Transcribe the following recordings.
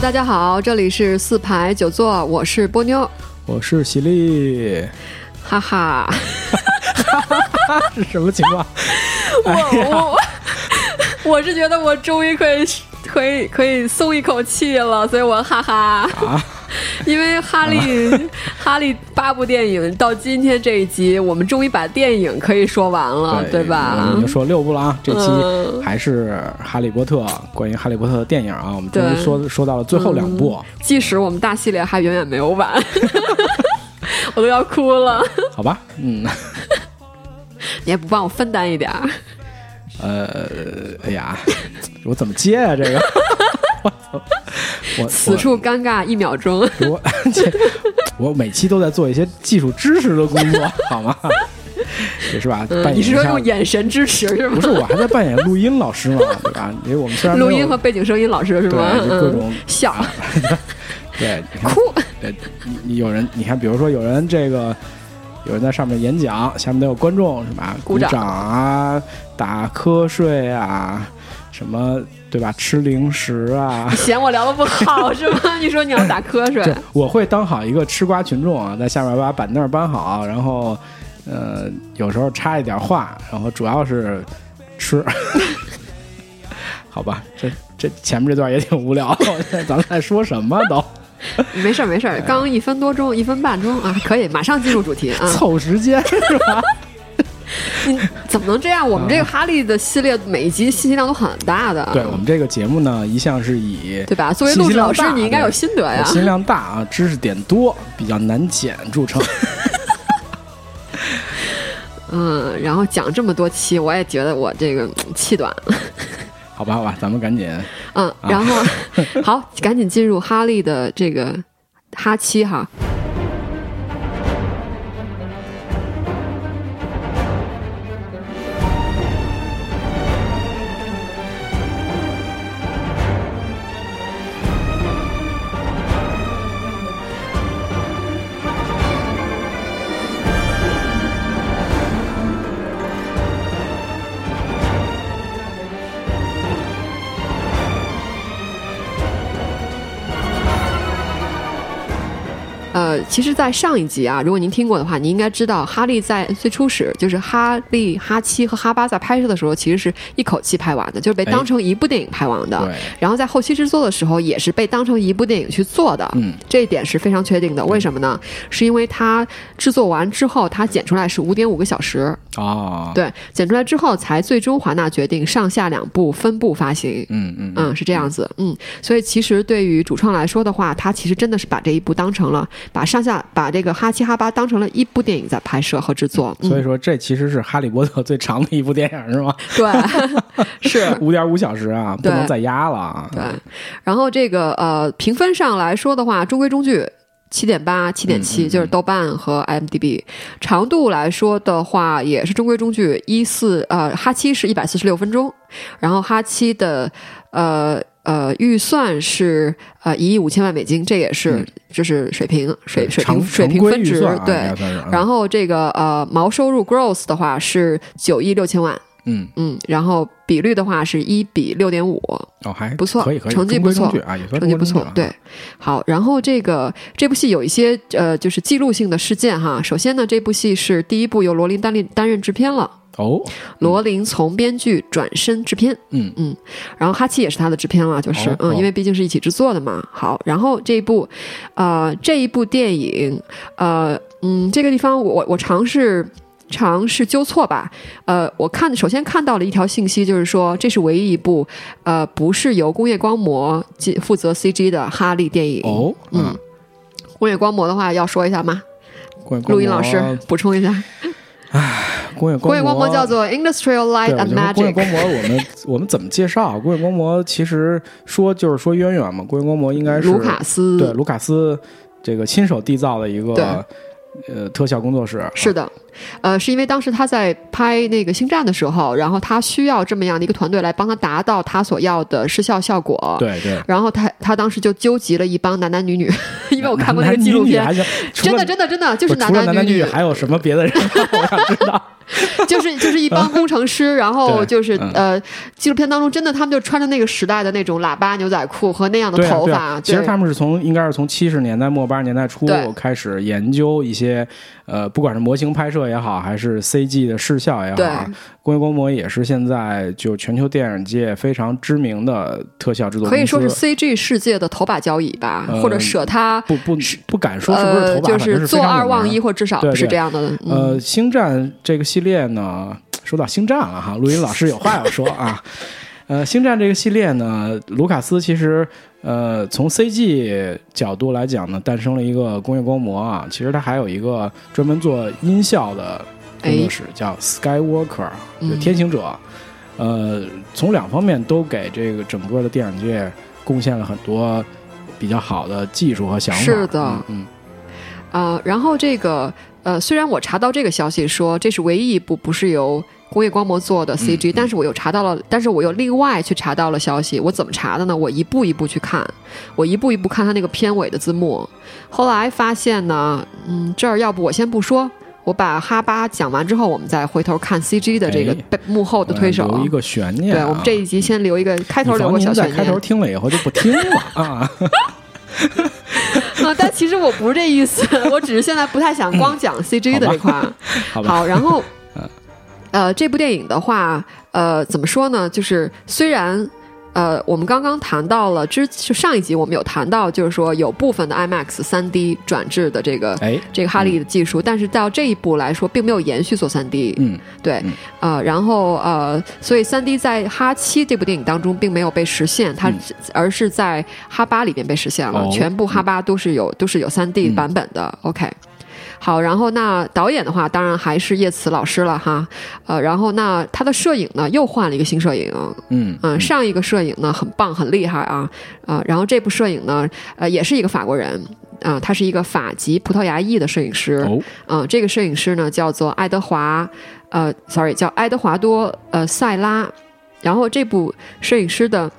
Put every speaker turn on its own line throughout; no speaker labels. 大家好，这里是四排九座，我是波妞，
我是喜力，
哈哈，
是什么情况？
我我 我是觉得我终于可以可以可以松一口气了，所以我哈哈，
啊，
因为哈利、哈利八部电影到今天这一集，我们终于把电影可以说完了，啊对嗯
我
吧
们已？经说六部了啊，这
嗯
期还是《哈利波特》关于《哈利波特》的电影啊，我们终于
对嗯
说说到了最后两部，
即使我们大系列还远远没有 完，我都要哭了，
好吧？嗯，
你也不帮我分担一点儿。
呃，哎呀，我怎么接呀、这个？ 我我
此处尴尬一秒钟。
我这 我每期都在做一些技术知识的工 作，好吗？也是吧？扮演
嗯你是说
一下
用眼神支持是
不
吗？
是，我还在扮演录音老师嘛，对吧？因为我们虽然没有
录音和背景声音老师是吗？
对就各种
嗯、笑
对你看
哭，
对，你你有人，你看，比如说有人这个，有人在上面演讲，下面都有观众是吧？
鼓
鼓
掌。
掌啊，打瞌睡啊，什么对吧？吃零食 啊
嫌我聊的不 好是吗？你说你要打瞌
这
睡，
我会当好一个吃瓜群众啊，在下面把板凳搬好，啊然后，呃，有时候插一点话，然后主要是吃， 好吧，这这前面这段也挺无聊， 咱们在说什么都。
没事儿没事
哎
儿，刚一分多钟，一分半钟啊，可以马上进入主题啊。
凑时间是吧？
你怎么能这样？我们这个哈利的系列每一集信息量都很大的，
嗯对我们这个节目呢，一向是以
啊对吧？作为
信
录
息
制
量
老师
大，
你应该有心得
我
呀。
信息量大啊，知识点多，比较难剪 著称。
嗯，然后讲这么多期，我也觉得我这个嗯气短。
好吧，好吧，咱们赶紧啊
嗯，然 后好，赶紧进入哈利的这个哈七哈。呃，其实，在上一集啊，如果您听过的话，您应该知道，哈利在最初始就是哈利、哈七和哈巴在拍摄的时候，其实是一口气拍完的，就是被
哎
当成一部电影拍完的。
对
然后在后期制作的时候，也是被当成一部电影去做的。
嗯，
这一点是非常确定的。为什么呢？是因为它制作完之后，它剪出来是五点五个小时，
哦，，
对，剪出来之后才最终华纳决定上下两部分部发行。
嗯嗯
嗯，是这样子，嗯，所以其实对于主创来说的话，他其实真的是把这一部当成了把上下把这个哈七哈八当成了一部电影在拍摄和制作，嗯，
所以说，这其实是《哈利波特》最长的一部电影，是吗？
对， 是。
五点五小时啊，不
对
能再压了啊！
对，然后这个呃评分上来说的话，中规中矩，七点八、七点
嗯
七，就是豆瓣和 IMDB。长度来说的话，也是中规中矩，一四呃哈七是一百四十六分钟，然后哈七的呃呃预算是呃一亿五千万美金，这也是、这是水平水水
常
平水
嗯常
平
规
分
预
值、
算啊，
对。
应该算是嗯
然后这个呃毛收入 gross 的话是九亿六千万，
嗯，
嗯，然后比率的话是一比六点五，
哦，还
不错
可以可以，
成绩
中规
不错
中矩啊，也算
成绩
中
不
规中
错
矩啊，
对，好。然后这个这部戏有一些呃，就是记录性的事件哈。首先呢，这部戏是第一部由罗琳担任担任制片了，
哦，
罗琳从编剧转身制片，
嗯
嗯。然后哈奇也是他的制片了，就是、
哦
嗯，
哦
因为毕竟是一起制作的嘛。好，然后这一部呃这一部电影呃嗯这个地方我我我尝试。尝试纠错吧，呃，我看首先看到了一条信息，就是说这是唯一一部呃不是由工业光魔进负责 CG 的哈利电影。
哦，
嗯，工业光魔的话要说一下吗？
关
录音老师，补充一下，
工业
工业光魔
魔
叫做 Industrial
对，
Light
我
and
觉
Magic。
得工业光魔，我们我们怎么介绍啊？工业光魔其实说就是说渊源嘛，工业光魔应该是
卢卡斯，
对卢卡斯这个亲手缔造的一
对
个呃特效工作室，
是的，呃，是因为当时他在拍那个《星战》的时候，然后他需要这么样的一个团队来帮他达到他所要的视效效果。。
对对。
然后他他当时就纠集了一帮男男女女， 因为我看过那
男
个纪录片，
男女女还行，除
真
了
的真的真的就是
不除了
男
男
女
女还有什么别的人吗？我想知道。嗯
就是就是一帮工程师，然后
对
就是
嗯
呃，纪录片当中真的他们就穿着那个时代的那种喇叭牛仔裤和那样的
对啊
头
对
发，
啊。其实
对
他们是从应该是从七十年代末八十年代初
对
开始研究一些，呃，不管是模型拍摄也好，还是 CG 的视效也
对
好，工业光魔也是现在就全球电影界非常知名的特效制作公司。
可以说是 CG 世界的头把交椅吧，
呃
或者舍他
不不不敢说是不是
呃
头，发，
就
反正是非
坐
常啊有
二
名
望一，或至少
对对
是这样的。嗯
呃，星战这个系列呢，说到星战了哈，录音老师有话要说啊。 呃，星战这个系列呢，卢卡斯其实呃，从 CG 角度来讲呢，诞生了一个工业光魔啊。其实它还有一个专门做音效的工作室，叫 Skywalker，就
嗯
天行者。呃，从两方面都给这个整个的电影界贡献了很多比较好的技术和想法。
是的
嗯，嗯
啊、然后这个呃，虽然我查到这个消息说这是唯一一部不是由工业光魔做
嗯
的 CG，、但是我又查到了，但是我又另外去查到了消息。我怎么查的呢？我一步一步去看，我一步一步看它那个片尾的字幕。后来发现呢，嗯，这儿要不我先不说。我把哈巴讲完之后，我们再回头看 CG 的这个
哎
背幕后的推手。
留一个悬念、
对
啊。
我们这一集先留一个开头
你
留
防
个小
您在
悬
开头
念
听了以后就不听 了啊！
啊，但其实我不是这意思，我只是现在不太想光 讲 CG 的这块儿。
好吧，
好，然 后，呃，这部电影的话，呃，怎么说呢？就是虽然。呃，我们刚刚谈到了之，就上一集我们有谈到，就是说有部分的 IMAX 3D 转制的这个、
哎，
这个哈利的技术，但是到这一步来说，并没有延续做 3D。
嗯，
对，呃，然后呃，所以三 D 在《哈七》这部电影当中并没有被实现，它、而是在《哈八》里面被实现了，
嗯哦嗯
全部《哈八》都是有、都是有三 D 版本的。OK，好，然后那导演的话，当然还是叶慈老师了哈，呃，然后那他的摄影呢又换了一个新摄影，
嗯
嗯、上一个摄影呢很棒很厉害啊啊、然后这部摄影呢，呃，也是一个法国人。啊、他是一个法籍葡萄牙裔的摄影师，
哦，
嗯，这个摄影师呢叫做爱德华，呃，sorry，叫爱德华多呃塞拉。然后这部摄影师的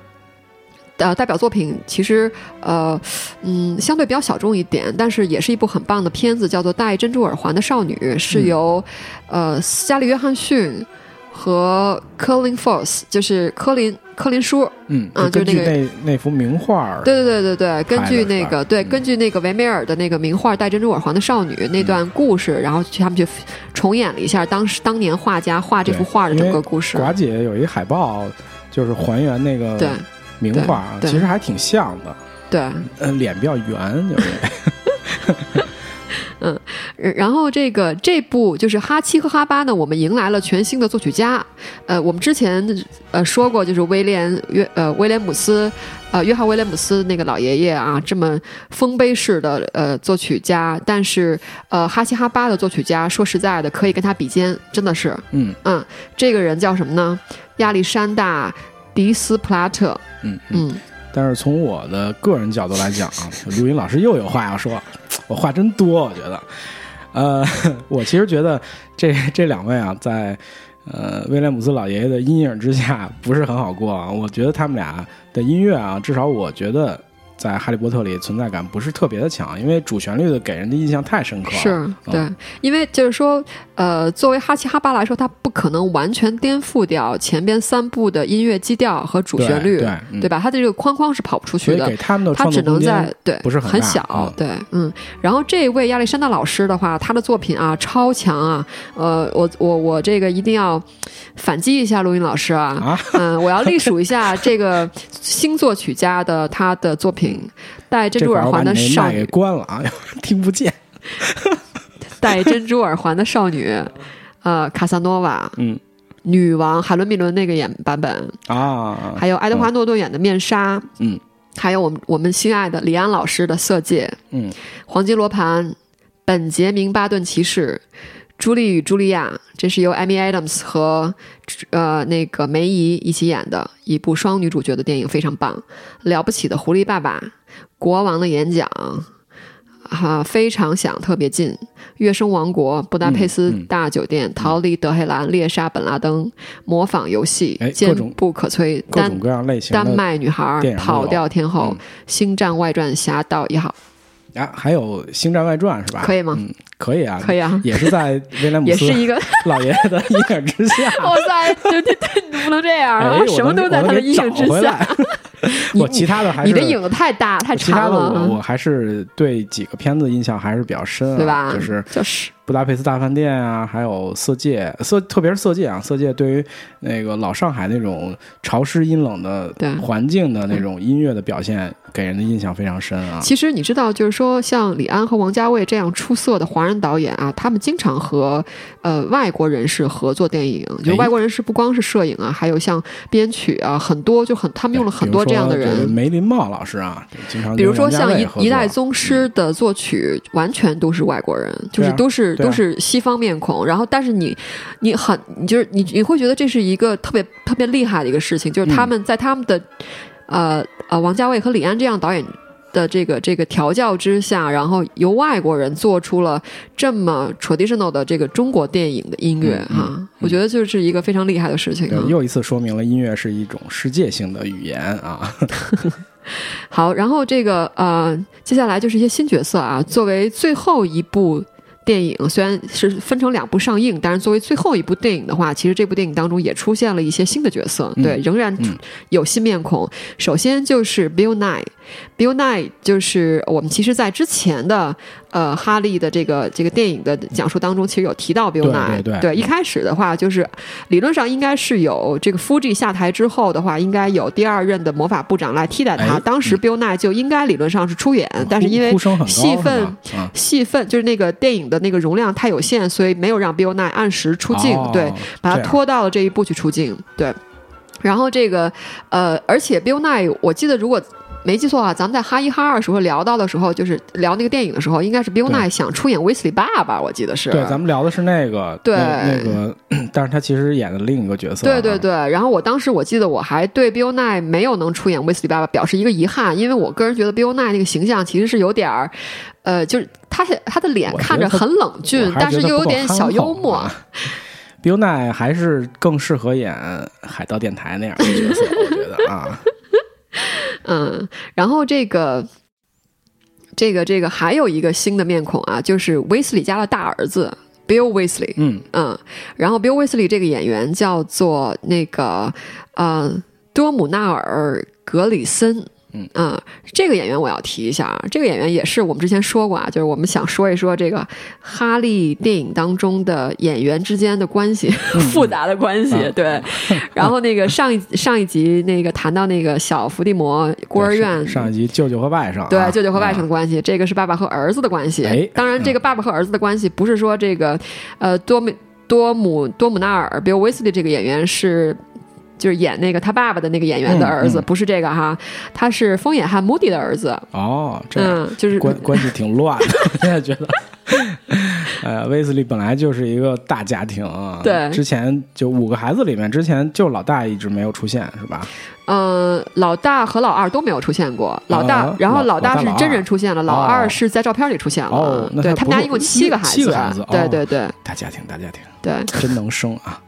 呃代表作品其实呃嗯相对比较小众一点，但是也是一部很棒的片子，叫做《戴珍珠耳环的少女》，是由、呃加里约翰逊和科林·福斯，就是科林科林叔，
嗯，
啊
根
就
据
那个
那那幅名画儿，
对对对对对，根据那
拍了是嗯
个对，根据那个维梅尔的那个名画《戴珍珠耳环的少女》那段故事，然后去他们去重演了一下当时当年画家画这幅画的整个故事。
寡姐有一海报，就是还原那
对
个名画啊，
对对
其实还挺像的，
对，
呃，脸比较圆，就是
然然后这个这部就是哈七和哈八呢，我们迎来了全新的作曲家。呃，我们之前呃说过，就是威廉约呃威廉姆斯呃约翰威廉姆斯那个老爷爷啊，这么丰碑式的呃作曲家，但是呃哈七哈八的作曲家，说实在的，可以跟他比肩，真的是。
嗯
嗯，这个人叫什么呢？亚历山大·迪斯普拉特。
嗯嗯。
嗯，
但是从我的个人角度来讲啊， 录音老师又有话要说，我话真多，我觉得。呃， 我其实觉得这这两位啊，在呃威廉姆斯老爷爷的阴影之下，不是很好过啊。我觉得他们俩的音乐啊，至少我觉得在《哈利波特》里存在感不是特别的强，因为主旋律的给人的印象太深刻了。
是对，因为就是说，呃，作为哈奇哈巴来说，他不可能完全颠覆掉前边三部的音乐基调和主
对
旋律，
对嗯
吧？他的这个框框是跑不出
所
去
以
的
给。他们的
他
创
只
作空
能
间
在对
不是很
很
大
小、
嗯
对嗯，然后这位亚历山大老师的话，他的作品啊超强啊，呃，我我我这个一定要反击一下录音老师啊，
啊，
嗯，我要隶属一下这个新作曲家的他的作品《戴珍
这
珠
会
耳
儿我把
环的
你那
少
麦
女
给》关了啊， 听不见。
《戴珍珠耳环的少女》，呃，卡萨诺瓦，
嗯，
女王海伦米伦那个演版本，
啊，
还有爱德华诺顿演的《面纱》，
嗯，
还有我们我们心爱的李安老师的《色戒》，
嗯，
黄金罗盘，本杰明·巴顿骑士。朱莉与茱莉亚，这是由 Amy Adams 和呃那个梅姨一起演的一部双女主角的电影，非常棒。了不起的狐狸爸爸，国王的演讲，啊，非常想特别近。乐声王国、布达佩斯
嗯
大酒店、逃离德黑兰、猎杀本拉登、模仿游戏
哎、
坚
各种
不可摧、
各
丹
种各样类型
丹
的
麦女孩
电影、都有嗯
跑调天后、星战外传侠盗一号，
啊，还有《星战外传》是吧？
可以吗
嗯，可以啊，
可以 啊
也是在威廉姆
也
斯
是一个，
老爷爷的阴影 之下。
哇塞，对对对，你不能这样，
哎
然后啊什么
我能
都在
我能
他的
给
阴影
找
之
回
下
来。我其他的还是
你的影子太大太
其他
长
的
了，
我
嗯
我还是对几个片子印象还是比较深、啊，
对吧？
就是
就是
《布达佩斯大饭店》啊，还有《色戒》，色特别是《色戒》啊，《色戒》对于那个老上海那种潮湿阴冷的
对
环境的那种音乐的表现，给人的印象非常深啊。
其实你知道，就是说，像李安和王家卫这样出色的华人导演啊，他们经常和呃外国人士合作电影。就
哎
外国人士不光是摄影啊，还有像编曲啊，很多就很他们用了很多这样的
比如说
人。
梅林茂老师啊，经常
比如说
跟
像
王家卫
一
合作嗯
一代宗师的作曲，完全都是外国人，就
对啊
是都是
对啊
都是西方面孔。然后，但是你你很你就是你你会觉得这是一个特别特别厉害的一个事情，就是
嗯
他们在他们的呃呃王家卫和李安这样导演的这个这个调教之下，然后由外国人做出了这么 traditional 的这个中国电影的音乐
嗯
哈、我觉得就是一个非常厉害的事情
对
啊。
又一次说明了音乐是一种世界性的语言啊。
好，然后这个呃，接下来就是一些新角色啊，作为最后一部。电影虽然是分成两部上映，但是作为最后一部电影的话，其实这部电影当中也出现了一些新的角色，
嗯
对，仍然
嗯
有新面孔。首先就是 Bill Nye，Bill Nye 就是我们其实在之前的呃哈利的这个这个电影的讲述当中，其实有提到 Bill
对
Nye，
对对
一开始的话就是理论上应该是有这个 Fuji 下台之后的话，应该有第二任的魔法部长来替代他。
哎
当时 Bill Nye 就应该理论上是出演，
哦
但是因为
呼声很高
戏份
是吧啊，
戏份就是那个电影的那个容量太有限，所以没有让 Bill Nye 按时出镜，
哦
对，把
这
他
样
拖到了这一步去出镜，对。然后这个呃，而且 Bill Nye，我记得如果。没记错啊，咱们在哈一哈二时候聊到的时候，就是聊那个电影的时候，应该是 Bill
对
Nye 想出演威斯利爸爸，我记得是。
对，咱们聊的是那个，
对
那那个，但是他其实演的另一个角色、啊
对对，对，然后我当时我记得我还对 Bill Nye 没有能出演威斯利爸爸表示一个遗憾，因为我个人觉得 Bill Nye 那个形象其实是有点儿，呃，就是他他的脸
我觉得
看着
他
很冷
我
峻，
还
但
觉
是
得
又
不
有
够
点
憨
小
厚
幽默。
啊。彪奈还是更适合演海盗电台那样的角色，我觉得啊，
嗯，然后这个。这个这个还有一个新的面孔啊，就是威斯理家的大儿子 Bill Weasley，
嗯，
嗯，然后 Bill Weasley 这个演员叫做那个呃多姆纳尔格里森。
嗯
这个演员我要提一下啊，这个演员也是我们之前说过啊，就是我们想说一说这个哈利电影当中的演员之间的关系， 复杂的关系。
嗯啊
对， 然后那个上一上一集那个谈到那个小伏地魔 孤儿院
对 上上一集舅舅和外甥啊、
对，舅舅和外甥
啊
的关系，这个是爸爸和儿子的关系。
哎
当然，这个爸爸和儿子的关系不是说这个，呃，多米多姆多姆纳尔 Bill Weasley 这个演员是。就是演那个他爸爸的那个演员的儿子，
嗯嗯
不是这个哈，他是风眼汉 Moody 的儿子，
哦，这样、
嗯，就是
关关系挺乱 的，我现在觉得。 呃，威斯利本来就是一个大家庭啊，
对
之前就五个孩子里面，之前就老大一直没有出现，是吧？
嗯，老大和老二都没有出现过，老大，
啊
然后
老
大
老大
是
老二
真人出现了，老
哦
二是在照片里出现了，
哦那
对
他
他们家
不是
一共七个孩
七个孩子
对
哦
对对
大家庭，大 家庭，
对，
真能生啊！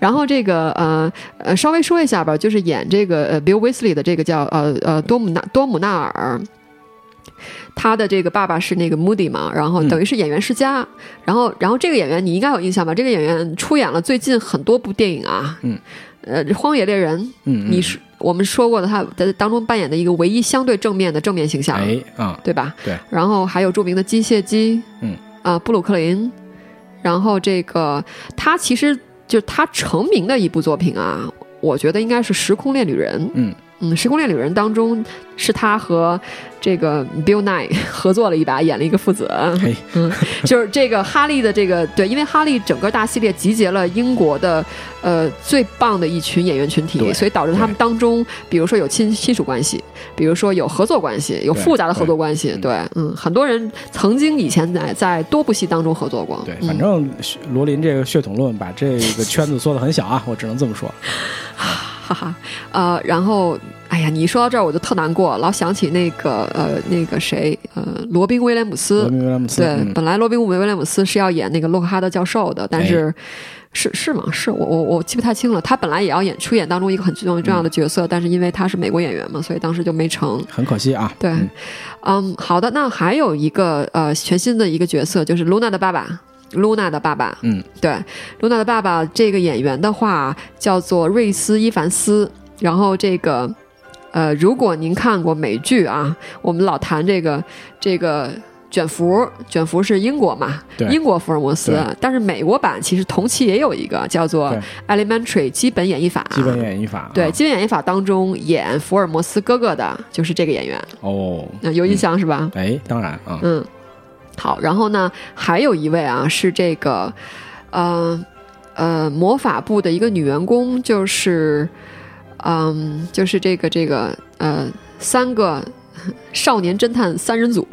然后这个呃呃，稍微说一下吧，就是演这个呃 Bill Weasley 的这个叫呃呃多姆纳多姆纳尔。他的这个爸爸是那个 Moody 嘛，然后
嗯
等于是演员世家，然后然后这个演员你应该有印象吧？这个演员出演了最近很多部电影啊，
嗯，
呃，《荒野猎人》
嗯，嗯
你是我们说过的，他在当中扮演的一个唯一相对正面的正面形象，
哎啊、
对吧？
对。
然后还有著名的机械姬，
嗯
啊、布鲁克林，然后这个他其实就是他成名的一部作品啊，我觉得应该是《时空恋旅人》。
嗯
嗯，《时空恋旅人》当中是他和这个 Bill Nye 合作了一把，演了一个父子。
哎
嗯， 就是这个哈利的这个对，因为哈利整个大系列集结了英国的呃最棒的一群演员群体，
对
所以导致他们当中，比如说有亲亲属关系，比如说有合作关系，有
对
复杂的合作关系。
对
对，嗯，很多人曾经以前在在多部戏当中合作过。
对，
嗯
反正血罗琳这个血统论把这个圈子缩得很小啊，我只能这么说。
哈哈，呃，然后哎呀，你一说到这儿我就特难过，老想起那个呃那个谁呃罗宾威廉姆斯
罗，密欧威廉姆斯，
对，
嗯
本来罗宾·伍梅威廉姆斯是要演那个洛克哈德教授的，但是、是是吗？是我我我记不太清了。他本来也要演出演当中一个很重要重要的角色，但是因为他是美国演员嘛，所以当时就没成。
很可惜啊。
对
嗯，
嗯，好的，那还有一个呃全新的一个角色就是 Luna 的爸爸。Luna 的爸爸，
嗯，
对，Luna 的爸爸这个演员的话叫做瑞斯·伊凡斯，然后这个。呃，如果您看过美剧啊，我们老谈这个这个卷福，卷福是英国嘛
对，
英国福尔摩斯
对，
但是美国版其实同期也有一个叫做
对
《Elementary 基本演绎法》，
基本演绎法啊。
对基本演绎法当中演福尔摩斯哥哥的就是这个演员，
哦，
嗯、有印象是吧？
哎，当然啊，
嗯，好，然后呢，还有一位啊，是这个，呃呃，魔法部的一个女员工，就是，嗯、就是这个这个呃，三个少年侦探三人组，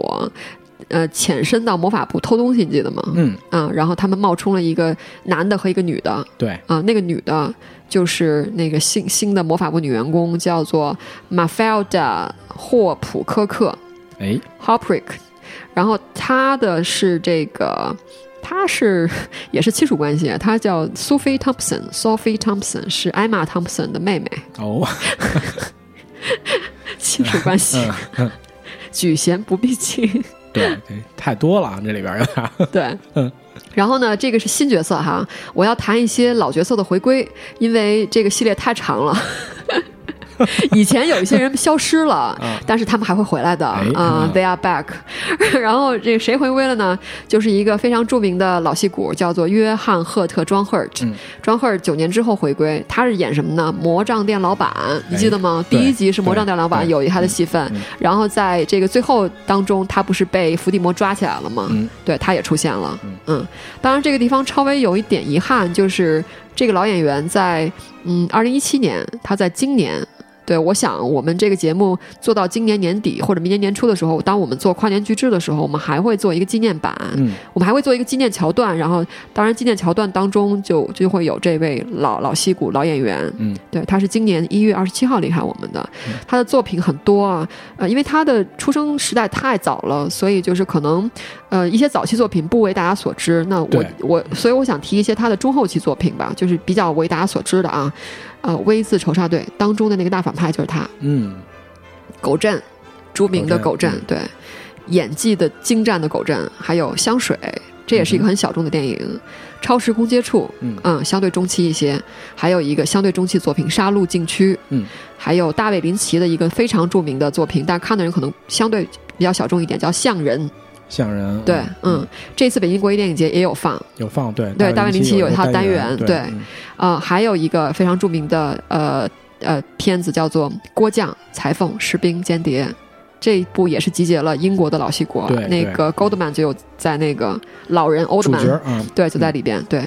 呃，潜身到魔法部偷东西，你记得吗？
嗯，
啊，然后他们冒充了一个男的和一个女的，
对，
啊，那个女的就是那个新新的魔法部女员工，叫做马菲尔达霍普科克，
哎，
Hoprick，然后他的是这个，他是 也是亲属关系，啊他叫 Sophie Thompson，Sophie Thompson 是 Emma Thompson 的妹妹，
哦，
亲属关系，
嗯，嗯
举贤不避亲，
对，对太多了啊，这里边有点 儿，
对
嗯。
然后呢，这个是新角色哈，我要谈一些老角色的回归，因为这个系列太长 了。以前有一些人消失了，
啊
但是他们还会回来的
哎
啊、
嗯
t h e y are back。然后这个谁回归了呢？就是一个非常著名的老戏骨，叫做约翰·赫特·庄赫尔
嗯。
庄赫尔九年之后回归，他是演什么呢？魔杖店老板，你记得吗？第
对
一集是魔杖店老板
对
有他的戏份
嗯，
然后在这个最后当中，他不是被伏地魔抓起来了吗？
嗯
对，他也出现了
嗯。
嗯，当然这个地方稍微有一点遗憾，就是这个老演员在嗯二零一七年，他在今年。对，我想我们这个节目做到今年年底或者明年年初的时候，当我们做跨年巨制的时候，我们还会做一个纪念版，
嗯，
我们还会做一个纪念桥段。然后，当然纪念桥段当中就就会有这位老老戏骨老演员，
嗯，
对，他是今年一月二十七号离开我们的，他的作品很多啊，呃，因为他的出生时代太早了，所以就是可能，呃，一些早期作品不为大家所知。那我
对
我，所以我想提一些他的中后期作品吧，就是比较为大家所知的啊。呃，《V 字仇杀队》当中的那个大反派就是他，
嗯，
狗镇，著名的
狗
狗
镇嗯
镇，对，演技的精湛的狗镇，还有香水，这也是一个很小众的电影，超时空接触，
嗯
相对中期一些，还有一个相对中期作品《杀戮禁区》，
嗯，
还有大卫林奇的一个非常著名的作品，但看的人可能相对比较小众一点，叫《象人》，
像人，
对，嗯，，这次北京国际电影节也有放，
有放对
对大卫林奇有
一
一
套
套单
元，
元
对，
对
嗯
呃，还有一个非常著名的呃呃片子叫做《锅匠、裁缝、士兵、间谍》，这一部也是集结了英国的老戏骨
对，
那
对
个 Goldman 就有在那个老人
主角
Oldman，
啊，
对，就在里边，对。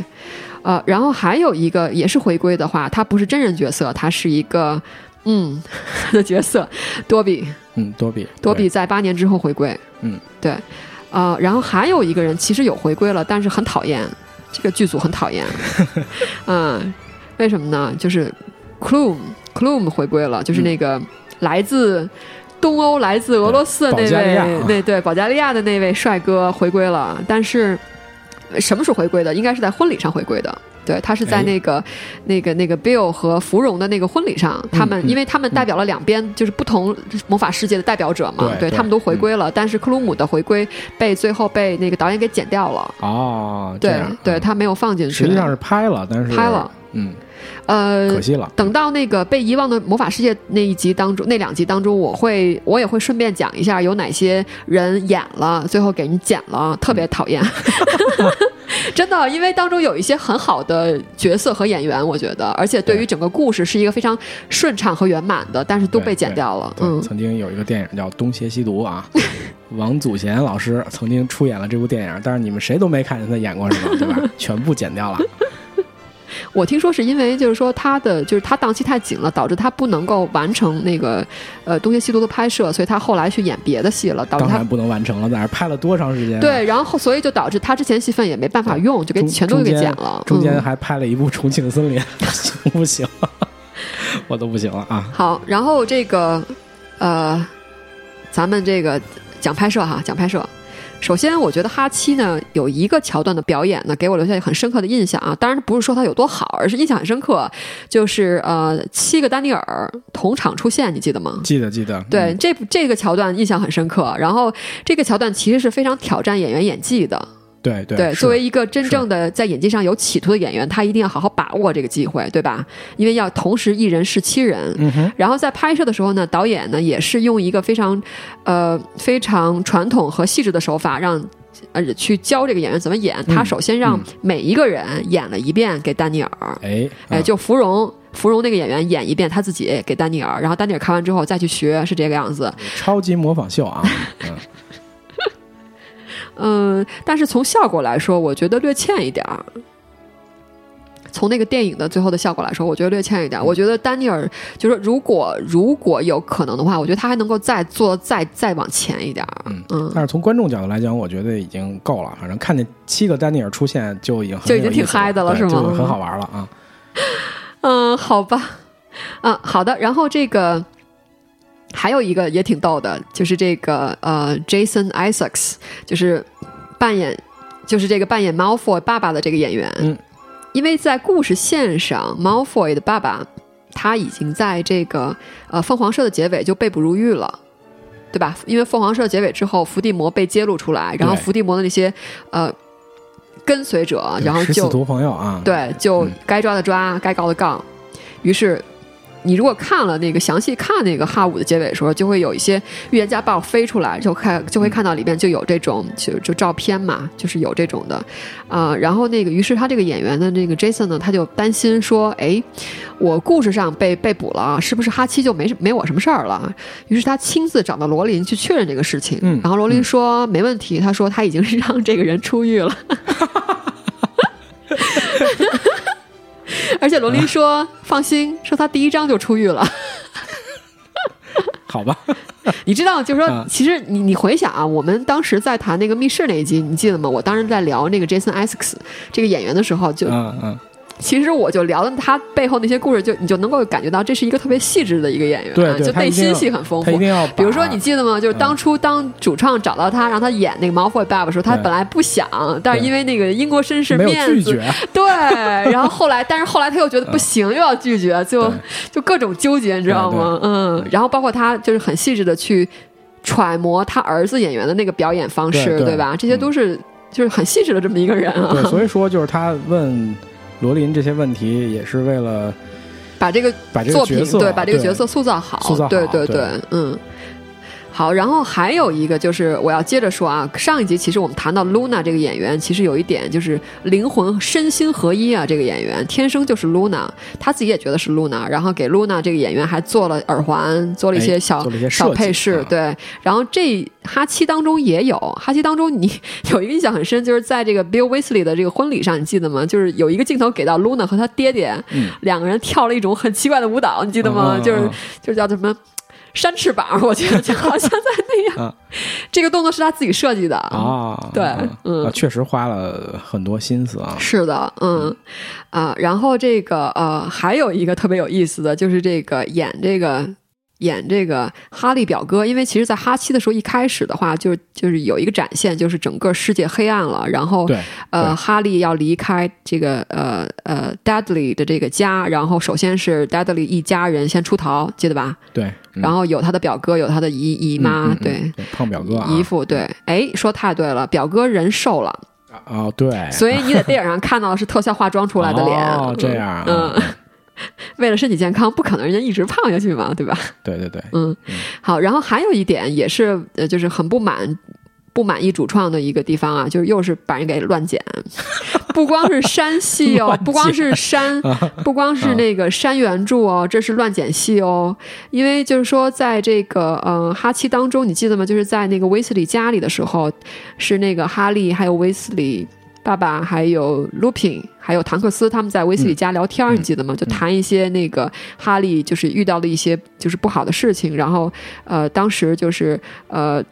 呃，然后还有一个也是回归的话，他不是真人角色，他是一个嗯 的角色，多比，
嗯，多比，
多比在八年之后回归。
嗯，
对，呃，然后还有一个人其实有回归了，但是很讨厌，这个剧组很讨 厌。嗯，为什么呢？就是 Klum Klum 回归了，就是那个来自。东欧来自俄罗斯的
嗯对
那
保加利
位，
亚啊
那对保加利亚的那位帅哥回归了，但是呃什么时候回归的？应该是在婚礼上回归的。对他是
哎
在那个、那个、那个 Bill 和芙蓉的那个婚礼上，他们、
嗯
因为他们代表了两边、就是不同魔法世界的代表者嘛，
对对嗯
他们都回归了，但是克鲁姆的回归被最后被那个导演给剪掉了，
对哦，这
对
样
对，
嗯
他没有放进去。
实际上是拍了，但是
拍了，
嗯，
呃
可，惜了，
等到那个被遗忘的魔法世界那一集当中，那两集当中，我会我也会顺便讲一下有哪些人演了，最后给人剪了，特别讨 厌。真的，因为当中有一些很好的角色和演员，我觉得，而且对于
对
整个故事是一个非常顺畅和圆满的，但是都
对
被剪
对
掉了。
对
嗯，
曾经有一个电影叫《东邪西毒》 啊，王祖贤老师曾经出演了这部电影，但是你们谁都没看见他演过什么，对吧？ 全部剪掉了。
我听说是因为就是说他的就是他档期太紧了，导致他不能够完成那个呃《东邪西毒》的拍摄，所以他后来去演别的戏了，导致
当
他
然不能完成了，在那儿拍了多长时间、啊？
对，然后所以就导致他之前戏份也没办法用，就给
中，
全都给
中间
剪了。
中间
嗯
还拍了一部《重庆森林》，行不行？我都不行了啊！
好，然后这个呃，咱们这个讲拍摄哈，讲拍摄。首先，我觉得哈七呢有一个桥段的表演呢，给我留下很深刻的印象啊。当然不是说它有多好，而是印象很深刻。就是呃，七个丹尼尔同场出现，你记得吗？
记得记得，嗯
对，这部这个桥段印象很深刻。然后这个桥段其实是非常挑战演员演技的。
对对
对，
是
作为一个真正的在演技上有企图的演员，他一定要好好把握这个机会，对吧？因为要同时一人是七人。
嗯哼，
然后在拍摄的时候呢，导演呢也是用一个非常，呃，非常传统和细致的手法，让呃去教这个演员怎么演。他首先让
嗯
每一个人演了一遍给丹尼尔，
哎
哎，
啊
就芙蓉。芙蓉那个演员演一遍他自己给丹尼尔，然后丹尼尔看完之后再去学，是这个样子。
超级模仿秀 啊，嗯，
嗯，但是从效果来说，我觉得略欠一点儿。从那个电影的最后的效果来说，我觉得略欠一点儿。我觉得丹尼尔就是如果如果有可能的话，我觉得他还能够再做再再往前一点儿。
嗯
嗯，
但是从观众角度来讲，我觉得已经够了。反正看见七个丹尼尔出现就已经很
就已经
有意思
挺嗨的了
对
是吗
就很好玩了啊！
嗯，好吧，啊，好的。然后这个还有一个也挺逗的，就是这个呃，Jason Isaacs，就是扮演就是这个扮演 Malfoy 爸爸的这个演员，
嗯
因为在故事线上，Malfoy 的爸爸他已经在这个呃凤凰社的结尾就被捕入狱了。对吧？因为凤凰社结尾之后，伏地魔被揭露出来，然后
对
伏地魔的那些呃跟随者，啊然后
十
就
四图朋友啊，
对，就该抓的抓，该告的告。于是，你如果看了那个详细看那个哈五的结尾的时候，就会有一些预言家报飞出来，就看就会看到里边就有这种就就照片嘛，就是有这种的啊、然后那个，于是他这个演员的那个 Jason 呢，他就担心说：“哎，我故事上被被捕了啊，是不是哈七就没什没我什么事儿了？”于是他亲自找到罗琳去确认这个事情。
嗯
然后罗琳说：“没问题。”他说：“他已经是让这个人出狱了。”而且罗琳说：“放心，说他第一章就出狱了。
好吧，
你知道，就是说
啊，
其实你你回想啊，我们当时在谈那个密室那一集，你记得吗？我当时在聊那个 Jason Isaacs 这个演员的时候，就
嗯嗯，
其实我就聊了他背后那些故事，就你就能够感觉到这是一个特别细致的一个演员，啊
对对，
就
他
内
一定
心
要
戏很丰富
他一。定要把，
比如说，你记得吗？就是
嗯
当初当主唱找到他，让他演那个毛 y 爸爸的时候，他
对
本来不想，但是因为那个英国绅士
没有
面
拒
子，
绝，嗯
对，然后后来，但是后来他又觉得不行，又要拒绝，就
对
就各种纠结，你知道吗？嗯，然后包括他就是很细致的去揣摩他儿子演员的那个表演方式，
对对
吧？这些都是、就是很细致的这么一个人
对，
啊，
所以说就是他问罗琳这些问题，也是为了
把这个
把这个
作
角
品
色
对把这个角色塑造好，
塑造好
对对
对
嗯。好，然后还有一个就是我要接着说啊，上一集其实我们谈到 Luna 这个演员，其实有一点就是灵魂身心合一啊，这个演员天生就是 Luna，她自己也觉得是 Luna，然后给 Luna 这个演员还做了耳环，做了一些
哎
小、
做了一些
小
设计
配饰，
啊
对。然后这哈七当中也有，哈七当中你 有一个印象很深，就是在这个 Bill Weasley 的这个婚礼上，你记得吗？就是有一个镜头给到 Luna 和她爹爹、
嗯
两个人跳了一种很奇怪的舞蹈，你记得吗？
嗯嗯嗯
就是
嗯
就是叫什么？扇翅膀，我觉得就好像在那样。
啊
这个动作是他自己设计的
啊，
对
啊
嗯
啊确实花了很多心思啊，
是的，嗯啊，然后这个呃，还有一个特别有意思的就是这个演这个演这个哈利表哥，因为其实，在哈七的时候一开始的话，就是就是有一个展现，就是整个世界黑暗了，然后
对，
呃，
对
哈利要离开这个呃呃 Dudley 的这个家，然后首先是 Dudley 一家人先出逃，记得吧？
对，嗯
然后有他的表哥，有他的姨姨妈，
嗯嗯嗯
对。
胖表哥啊，
姨父对，哎，说太对了，表哥人瘦了，
啊，对，
所以你在电影上看到的是特效化妆出来的脸，
哦，这样啊，
嗯， 为了身体健康，不可能人家一直胖下去嘛，对吧？
对对对，
嗯，好，然后还有一点也是，呃，就是很不满。不满意主创的一个地方啊，就是又是把人给乱剪， 不光是删戏哦
乱，剪
不光是删， 不光是那个删原著哦，这是乱剪戏哦。因为就是说，在这个呃哈七当中，你记得吗？就是在那个威斯理家里的时候，是那个哈利还有威斯理爸爸，还有 Lupin，还有唐克斯他们在威斯理家聊天儿，你记
嗯
得吗？就谈一些那个哈利就是遇到的一些就是不好的事情，然后呃，当时就是呃。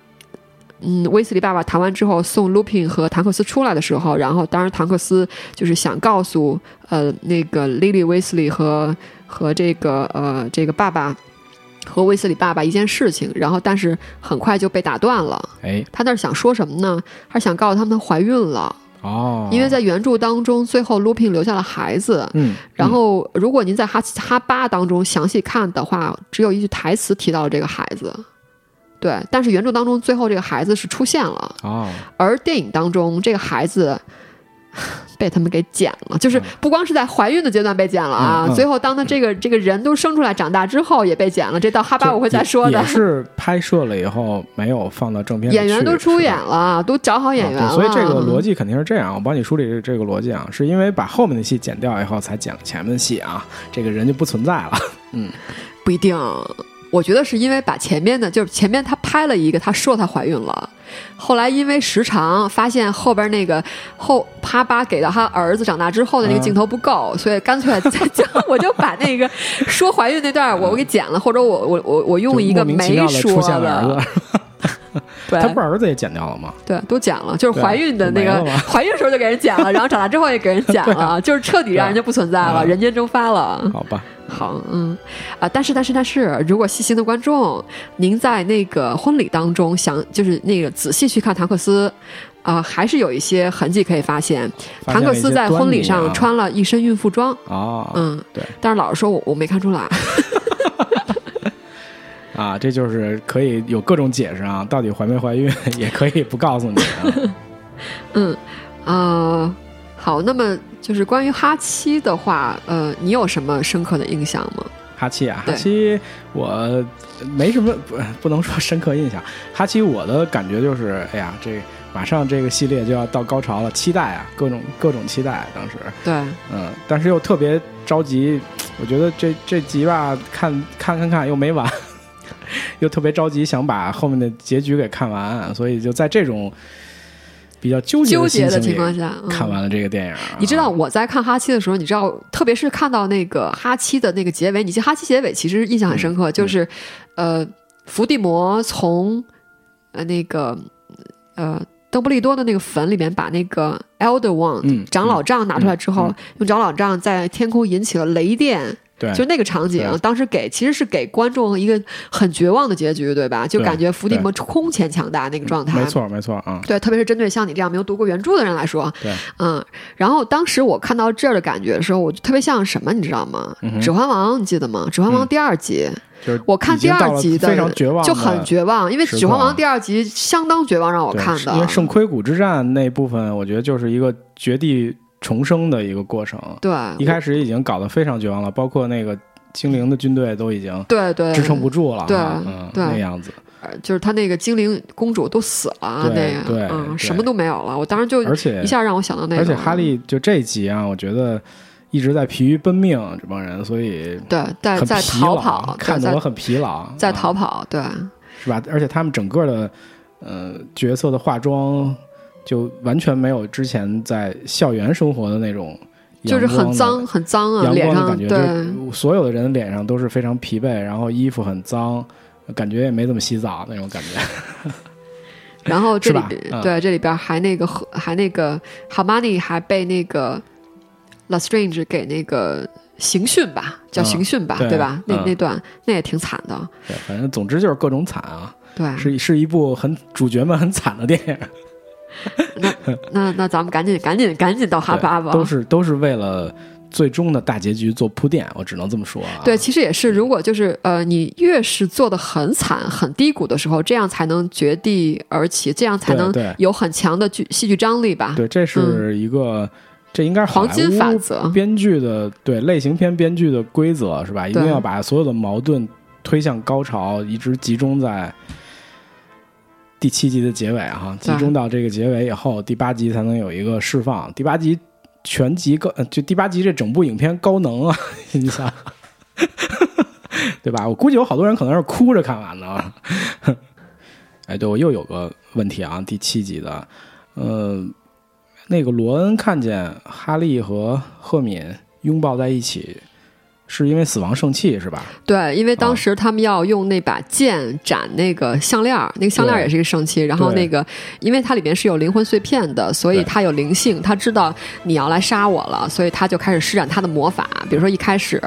嗯，威斯利爸爸谈完之后，送 Lupin 和唐克斯出来的时候，然后当然唐克斯就是想告诉呃那个 Lily 威斯利和和这个呃这个爸爸和卫斯理爸爸一件事情，然后但是很快就被打断了。
哎，
他那儿想说什么呢？他想告诉他们她怀孕了，
哦，
因为在原著当中，最后 Lupin 留下了孩子。
嗯，
然后，如果您在哈哈巴当中详细看的话，只有一句台词提到了这个孩子。对，但是原著当中最后这个孩子是出现了，
嗯哦，
而电影当中这个孩子被他们给剪了，就是不光是在怀孕的阶段被剪了啊，
嗯嗯嗯
最后当他这个这个人都生出来长大之后也被剪了，这到哈巴
就
我会再
也
说的
也。是拍摄了以后没有放到正片里去，
演员都出
是吧
演了，都找好演员
啊
了，
对所以这个逻辑肯定是这样，我帮你梳理这这个逻辑啊，是因为把后面的戏剪掉以后，才剪了前面的戏啊，这个人就不存在了。
不一定。我觉得是因为把前面的，就是前面她拍了一个，她说她怀孕了，后来因为时长发现后边那个后啪啪给到她儿子长大之后的那个
嗯
镜头不够，所以干脆就就我就把那个说怀孕那段儿我我给剪了，或者我我我我用一个
就莫名其
没
妙地
说
出现了儿子，
对
他不是儿子也剪掉了吗？
对都剪了，就是
对
怀孕的
就
那
没
个
了嘛
怀孕时候就给人剪了，然后长大之后也给人剪 了，就是彻底让人家不存在了，
嗯
人间蒸发了。
好吧，
好，嗯，啊，但是但是但是，如果细心的观众，您在那个婚礼当中想就是那个仔细去看唐克斯，啊、还是有一些痕迹可以发现。
发
唐
现
克
了一
斯
些
在婚礼
端倪
上
啊
穿了一身孕妇装，
哦，
嗯，
对
但是老实说我我没看出来，
啊，这就是可以有各种解释啊，到底怀没怀孕也可以不告诉你啊。
嗯，啊、好，那么就是关于哈七的话，呃，你有什么深刻的印象吗？
哈七啊，
对
哈七，我没什么不不能说深刻印象。哈七，我的感觉就是，哎呀，这马上这个系列就要到高潮了，期待啊，各种各种期待、啊。当时，
对，
嗯，但是又特别着急，我觉得这这集吧，看看看看又没完， 又特别着急想把后面的结局给看完，所以就在这种比较纠结
纠结的
心
情
情里
况下，嗯、
看完了这个电影啊、
你知道我在看哈七的时候，你知道，特别是看到那个哈七的那个结尾，你记得哈七结尾其实印象很深
嗯
刻，就是，呃，伏地魔从呃那个呃邓布利多的那个坟里面把那个 Elder Wand、
嗯
长老杖拿出来之后，
嗯嗯
用长老杖在天空引起了雷电，
对，
就那个场景
对，
当时给其实是给观众一个很绝望的结局，对吧？就
对
感觉伏地魔空前强大那个状态，
没错没错啊、
对，特别是针对像你这样没有读过原著的人来说，
对，
嗯，然后当时我看到这儿的感觉的时候，我就特别像什么，你知道吗？
嗯
指环王》，你记得吗？《指环王》第二集，
就是
我看
已经
第二
嗯到了
集的
非常绝望的，
就很绝望，因为《
时
指环王》
刻
第二集相当绝望，让我
对
看
是因为
的。啊
圣盔谷之战那部分，我觉得就是一个绝地重生的一个过程，
对，
一开始已经搞得非常绝望了，包括那个精灵的军队都已经。
对对，
支撑不住了啊，
对
嗯，
对
那样子。
呃就是他那个精灵公主都死了，
对
那
对
个嗯，
对
什么都没有了。我当时就
而且
一下让我想到那个，
而且哈利就这一集啊，我觉得一直在疲于奔命，这帮人，所以
对在
很
在
疲
逃
劳啊
跑，对
看得我
在
很疲劳，
在
啊
逃跑，对
是吧？而且他们整个的呃角色的化妆就完全没有之前在校园生活的那种
就
阳
是
光的，
很脏很脏啊，
阳
脸
光的
上
感觉，
对。
就是所有的人脸上都是非常疲惫，然后衣服很脏，感觉也没怎么洗澡那种 感觉。
然后这
是
里
吧
边、
嗯
对这里边还那个和还那个 Hermione 还被那个 Lestrange 给那个刑讯吧，叫
嗯
刑讯吧，
对
对吧？那
嗯
那段那也挺惨的，
对，反正总之就是各种惨啊，
对。
是是一部很主角们很惨的电 影。
那那咱们赶紧赶紧赶紧到哈巴吧。
都是都是为了最终的大结局做铺垫，我只能这么说啊。
对，，其实也是，如果就是呃，你越是做的很惨、很低谷的时候，这样才能绝地而起，这样才
对
能
对
有很强的剧戏剧张力吧。
对，这是一个，这应该是好
嗯黄
莱
金法
坞
则，
编剧的对类型片编剧的规则是吧？一定要把所有的矛盾推向高潮，一直集中在。第七集的结尾哈、集
对
中到这个结尾以后，第八集才能有一个释放。第八集全集高，呃就第八集这整部影片高能啊！ 你想，对吧？我估计有好多人可能是哭着看完的啊。 哎，对我又有个问题啊，第七集的，呃，那个罗恩看见哈利和赫敏拥抱在一起，是因为死亡圣器是吧？
对，因为
啊
当时他们要用那把剑斩那个项链儿，那个项链儿
对
也是一个圣器。然后
对
那个，因为它里面是有灵魂碎片的，所以
对
它有灵性，它知道你要来杀我了，所以他就开始施展他的魔法。比如说一开始，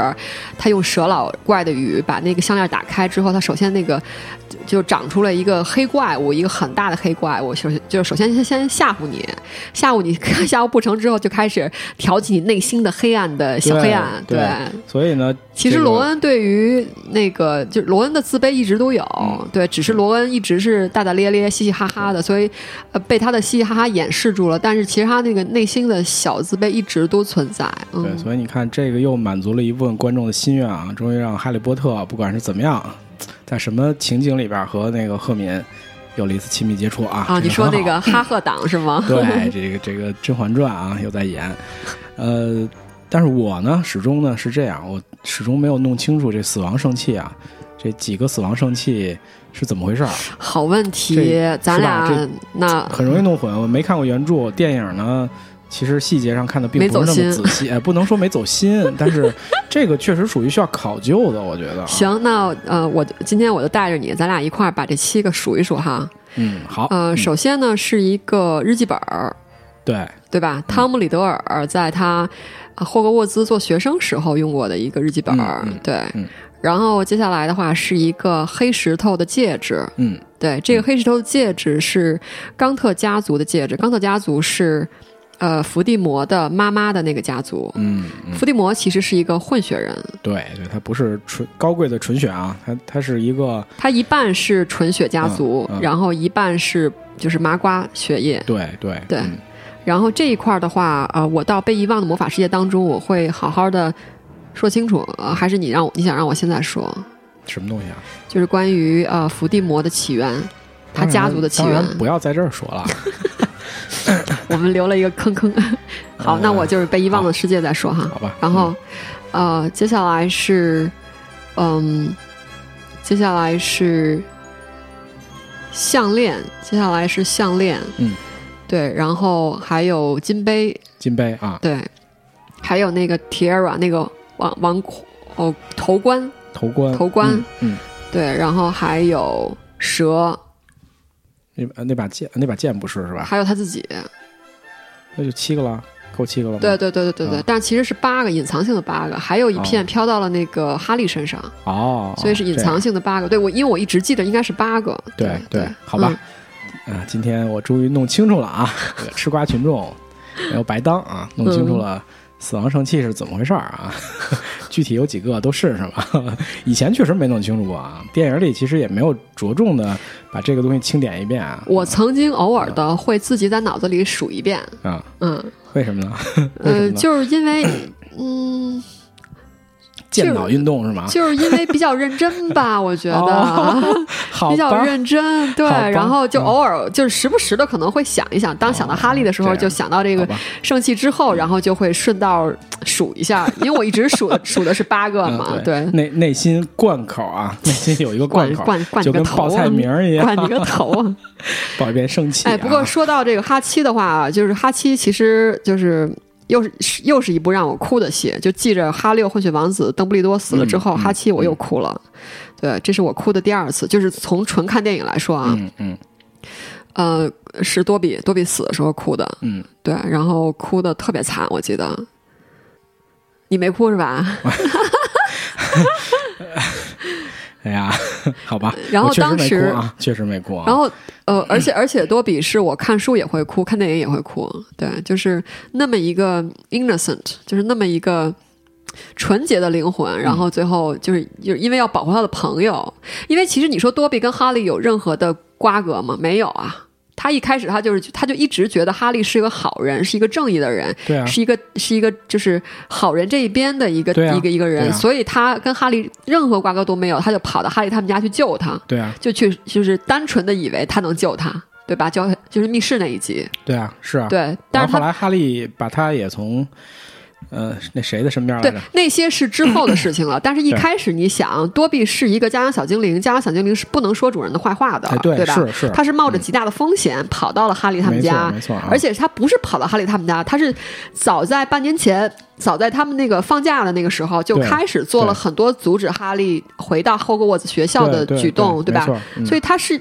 他用蛇老怪的雨把那个项链打开之后，他首先那个就就长出了一个黑怪物，一个很大的黑怪物。首先就是首先先 先吓唬你，吓唬你，吓唬不成之后，就开始挑起你内心的黑暗的小黑暗。
对所以呢，
其实
这个
罗恩对于那个，就罗恩的自卑一直都有，
嗯
对，只是罗恩一直是大大咧咧、嘻嘻哈哈的，所以呃被他的嘻嘻哈哈掩饰住了。但是其实他那个内心的小自卑一直都存在，嗯
对，，所以你看，这个又满足了一部分观众的心愿啊！终于让《哈利波特》不管是怎么样，在什么情景里边和那个赫敏有了一次亲密接触啊！
啊，
这
你说
很
那个哈赫党是 吗？
好对，这个这个《甄嬛传》啊，又在演。呃，但是我呢，始终呢是这样，我始终没有弄清楚这死亡圣器啊，这几个死亡圣器是怎么回事儿，
好问题
这，
咱
是吧
俩那
很容易弄混。我没看过原著，电影呢。其实细节上看的并
没走
不是那
心
么仔细，哎，不能说没走心， 但是这个确实属于需要考究的，我觉得啊。
行，那呃，我今天我就带着你，咱俩一块儿把这七个数一数哈。
嗯，好，
呃，
嗯
首先呢是一个日记本儿，
对，
对
嗯
吧？汤姆·里德尔在他呃霍格沃兹做学生时候用过的一个日记本儿，
嗯嗯
对。
嗯
然后接下来的话是一个黑石头的戒指，
嗯，
对，这个黑石头的戒指是冈特家族的戒指，冈特家族是呃伏地魔的妈妈的那个家族，
嗯，嗯
伏地魔其实是一个混血人，
对对，它不是纯高贵的纯血啊，它它是一个
他一半是纯血家族，
嗯嗯
然后一半是就是麻瓜血液，
对对
对
嗯
然后这一块儿的话，呃，我到被遗忘的魔法世界当中，我会好好的说清楚。呃，还是你让我你想让我现在说，
什么东西啊？
就是关于呃伏地魔的起源，他
当然
家族的起源
当，然不要在这儿说 了。
我们留了一个坑坑。 好，
嗯
那我就是被遗忘的世界再说哈。
好吧嗯
然后，呃，接下来是，嗯，接下来是项链，接下来是项链，
嗯，
对，然后还有金杯，
金杯啊，
对，还有那个 Tiara 那个王王哦头冠，
头冠，
头冠
嗯，
对，然后还有蛇，
嗯，那那把剑，那把剑不是是吧？
还有他自己，
嗯那就七个了，够七个了吗？
对对对对对对，
嗯
但其实是八个隐藏性的八个，还有一片飘到了那个哈利身上，
哦，
所以是隐藏性的八个。对我，因为我一直记得应该是八个，
这
对
样。对对，好吧。
嗯
啊，今天我终于弄清楚了 啊，这个吃瓜群众没有白当啊，
嗯
弄清楚了死亡圣器是怎么回事儿啊， 具体有几个都是什么， 以前确实没弄清楚过啊，电影里其实也没有着重的把这个东西清点一遍啊，
我曾经偶尔的会自己在脑子里数一遍，
啊，
嗯，
为什 么呢？为什么
呃，
呢
就是因 为，嗯，
健脑运动是吗？
就是因为比较认真吧，我觉得
哦。好
比较
吧，
认真，对
好吧，
然后就
嗯
偶尔就是时不时的可能会想一想，当想到哈利的时
这
候，
样
就想到这
好
个
吧，
圣器之后，然后就会顺道数一下，因为我一直 数数的是八个
嗯
嘛，
对
对，，
内内心贯口啊，内心有一个
灌
贯口，
灌灌你
就
个
跟
头
报
啊，
菜名儿一 样
灌，你个头 啊！
报一遍圣器啊。
哎，不过说到这个哈七的话，啊就是哈七其实就是。又是又是一部让我哭的戏，就记着哈六混血王子邓布利多死了之后，
嗯嗯
哈七我又哭了，对，这是我哭的第二次，就是从纯看电影来说啊，
嗯嗯
呃，是多比多比死的时候哭的，
嗯，
对，然后哭的特别惨，我记得。你没哭是吧？
哎呀， 好吧，
呃然后
我确
当
没
时
哭啊，确实没哭啊。
然后呃，而且而且多比是我看书也会哭，看电影也会哭，对，就是那么一个 innocent，就是那么一个。纯洁的灵魂，然后最后就是就是因为要保护他的朋友，因为其实你说多比跟哈利有任何的瓜葛吗？没有啊，他一开始他就是他就一直觉得哈利是一个好人，是一个正义的人，
对啊，
是一个是一个就是好人这一边的一个、
对啊
一个一个人，
对啊
所以他跟哈利任何瓜葛都没有，他就跑到哈利他们家去救他，
对啊，
就去就是单纯的以为他能救他，对吧？就就是密室那一集，
对啊，是啊。
对，但
然
是他
后后来哈利把他也从呃那谁的身边来
对
着？，
那些是之后的事情 了。但是，一开始你想，多比是一个家养小精灵，家养小精灵是不能说主人的坏话的，
哎对
对吧？
是是嗯
他是冒着极大的风险跑到了哈利他们
没错
家，
没错啊
而且他不是跑到哈利他们家，他是早在半年前，早在他们那个放假的那个时候就
对
开始做了
对
很多阻止哈利回到霍格沃兹学校的
对对
举动，
对
吧
没错？嗯
所以他是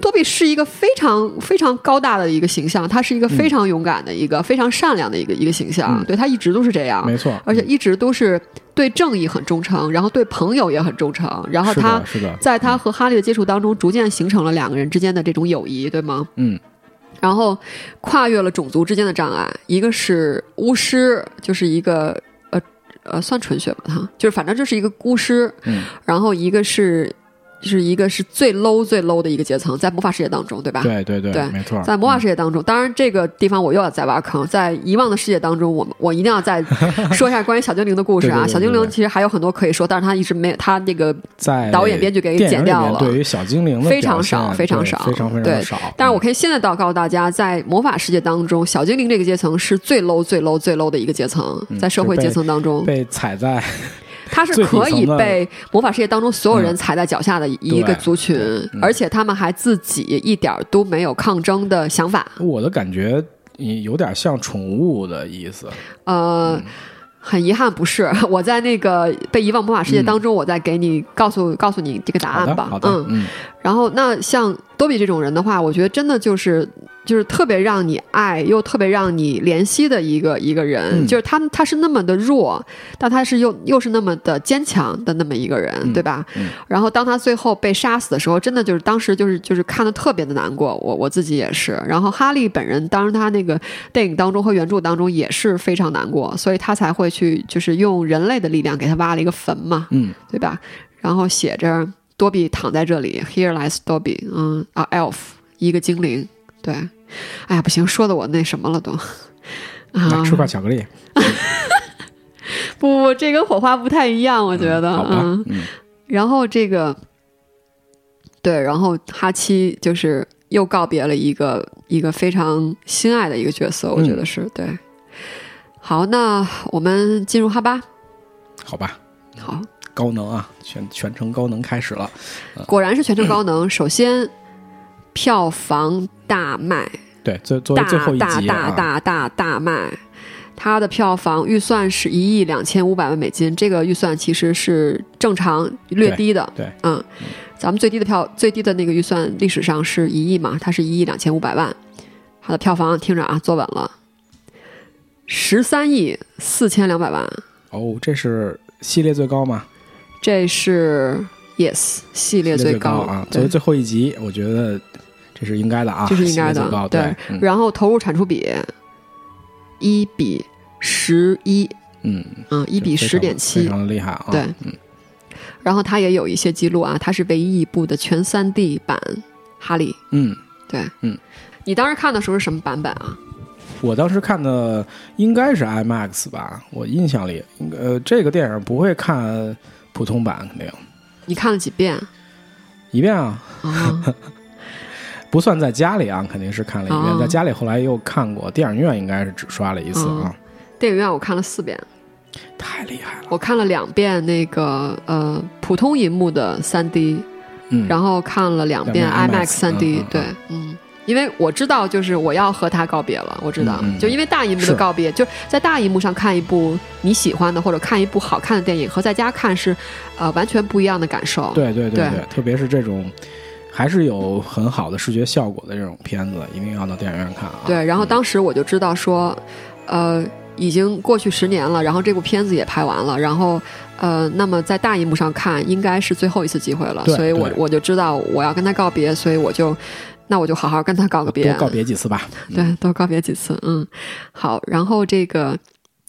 多比是一个非常非常高大的一个形象，他是一个非常勇敢的一个、非常善良的一个一个形象，对他一直都是这样，
嗯没错嗯
而且一直都是对正义很忠诚，然后对朋友也很忠诚，然后
是的
他
是的
在他和哈利的接触当中，逐渐形成了两个人之间的这种友谊，对吗？
嗯，
然后跨越了种族之间的障碍，一个是巫师，就是一个呃呃算纯血吧，他就是反正就是一个巫师，
嗯
然后一个是就是一个是最 low 最 low 的一个阶层，在魔法世界当中，对吧？
对对对
对
没错，
在魔法世界当中，当然这个地方我又要再挖坑，在遗忘的世界当中，我们我一定要再说一下关于小精灵的故事啊。
对对对对
小精灵其实还有很多可以说，但是他一直没有他那个
在
导演编剧给
电影
剪
里
掉
面
了
对于小精灵的
非常
表现
少非
对非
常少
非常非
对
常少。嗯
但是我可以现在到告诉大家，在魔法世界当中，小精灵这个阶层是最 low、最 low、最 low 的一个阶层，在社会阶层当中，
嗯被踩在
它是
最底
可以
层的
被魔法世界当中所有人踩在脚下的一个
嗯对
族群，而且他们还自己一点儿都没有抗争的想法。
我的感觉。有点像宠物的意思，
呃，
嗯
很遗憾不是，我在那个被遗忘魔法世界当中，我再给你告诉告诉你这个答
好的
案吧
嗯好。的，
嗯，
嗯，
然后那像多比这种人的话，我觉得真的就是就是特别让你爱又特别让你怜惜的一个一个人，
嗯
就是他他是那么的弱，但他是又又是那么的坚强的那么一个人，
嗯
对吧？然后当他最后被杀死的时候，真的就是当时就是就是看的特别的难过，我我自己也是。然后哈利本人，当然他那个电影当中和原著当中也是非常难过，所以他才会去就是用人类的力量给他挖了一个坟嘛，
嗯，
对吧？然后写着多比躺在这里，Here lies Dobby，嗯啊，elf 一个精灵，对，哎呀不行，说的我那什么了都。啊
嗯来吃块巧克力，
不不，这跟火花不太一样，我觉得，
好吧，
嗯，
嗯，
然后这个，对，然后哈七就是又告别了一个一个非常心爱的一个角色，
嗯
我觉得是、对。好，那我们进入哈巴。
好吧，
好，
高能啊，全全程高能开始了，
果然是全程高能。首先，票房大卖，
对，最作为
大
最后一
大
集
大
啊，
大大大卖。它的票房预算是一亿两千五百万美金，这个预算其实是正常略
对
低的。
对
嗯，咱们最低的票最低的那个预算历史上是一亿嘛，它是一亿两千五百万，它的票房听着啊，坐稳了，十三亿四千两百万，
哦，这是系列最高吗？
这是 Yes 系列
最
最高
啊，作
对
为最后一集，我觉得这是应该的啊，
这是应该
系列最
的
高，
对
对，嗯
然后投入产出比一比十一，
嗯，
嗯，一比
非常
十点
非
七，
常厉害啊，
对，然后它也有一些记录啊，它是唯一一部的全 3D 版哈利，
嗯，
对，
嗯，
你当时看的时候是什么版本啊？
我当时看的应该是 IMAX 吧，我印象里，应该呃，这个电影不会看普通版，肯定
你看了几遍
一遍啊，
啊？
不算在家里啊，肯定是看了一遍，
哦
在家里后来又看过，电影院应该是只刷了一次啊，
电影院我看了四遍，
太厉害了，
我看了两遍那个呃普通银幕的 3D，
嗯，
然后看了两遍
两遍
IMAX
IMAX 嗯
3D，、
嗯
对，嗯。因为我知道，就是我要和他告别了。我知道，
嗯嗯
就因为大荧幕的
是
告别，就在大荧幕上看一部你喜欢的或者看一部好看的电影，和在家看是，呃，完全不一样的感受。
对对
对
对，特别是这种还是有很好的视觉效果的这种片子，一定要到电影院看啊。
对，然后当时我就知道说，呃，已经过去十年了，然后这部片子也拍完了，然后呃，那么在大荧幕上看应该是最后一次机会了，
对
所以我
对
我就知道我要跟他告别，所以我就那我就好好跟他告个别，
多告别几次吧。
对，多告别几次，嗯，好，然后这个，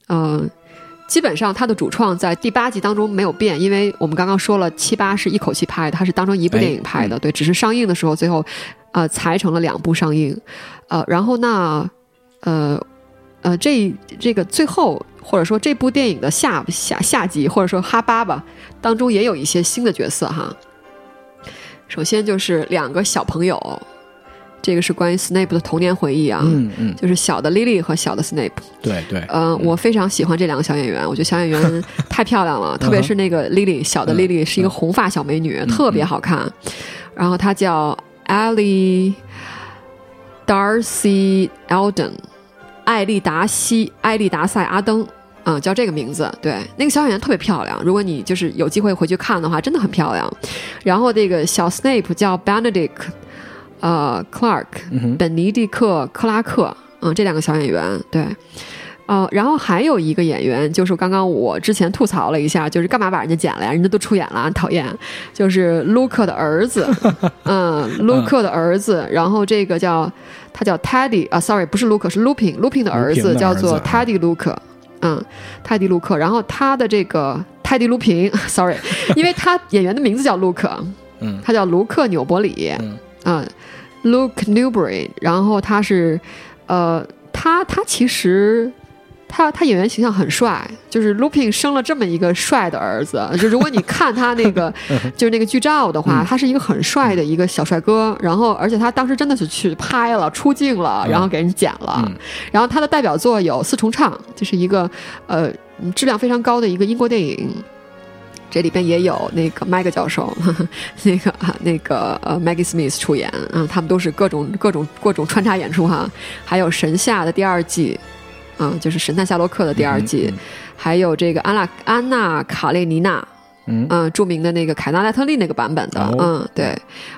呃。基本上它的主创在第八集当中没有变，因为我们刚刚说了七八是一口气拍的，它是当成一部
哎
电影拍的，对，只是上映的时候最后，呃，裁成了两部上映，呃，然后那，呃，呃，这这个最后或者说这部电影的下下下集或者说哈巴吧当中也有一些新的角色哈。首先就是两个小朋友，这个是关于 Snape 的童年回忆啊，
嗯嗯，
就是小的 Lily 和小的 Snape。
对对，
嗯，我非常喜欢这两个小演员，我觉得小演员太漂亮了，特别是那个 Lily，小的 Lily 是一个红发小美女，特别好看。然后她叫 Ellie Darcy Eldon，艾丽达西艾丽达塞阿登。啊、叫这个名字，对，那个小演员特别漂亮。如果你就是有机会回去看的话，真的很漂亮。然后这个小 Snape 叫 Benedict，呃，Clark，、本
嗯
尼迪克·克拉克，嗯，这两个小演员，对，呃，然后还有一个演员，就是刚刚我之前吐槽了一下，就是干嘛把人家剪了呀？人家都出演了，讨厌。就是卢克的儿 子，嗯，卢克的儿子，然后这个叫他叫 Teddy 啊，sorry，不是卢克，是 Lupin，Lupin 的儿
卢平
子
的
叫
儿子
做
啊
Teddy 卢克，嗯，泰迪卢克，然后他的这个泰迪卢平，sorry，因为 他演员的名字叫卢克，
嗯，
他叫卢克纽伯里，
嗯
啊 l u k e Newbury，然后他是，呃，他他其实。他他演员形象很帅，就是 Lupin 生了这么一个帅的儿子。就如果你看他那个就是那个剧照的话，他是一个很帅的一个小帅哥。然后而且他当时真的是去拍了、出镜了，然后给人剪
嗯
了。然后他的代表作有《四重唱》，这是一个呃嗯质量非常高的一个英国电影。这里边也有那个麦克教授， 呵呵那个啊那个呃 Maggie Smith 出演，嗯，他们都是各种各种各种穿插演出哈。还有《神夏》的第二季，嗯，就是《神探夏洛克》的第二季，还有这个安娜安娜卡列尼娜，呃
嗯
著名的那个凯纳莱特利那个版本的，
哦
嗯，对，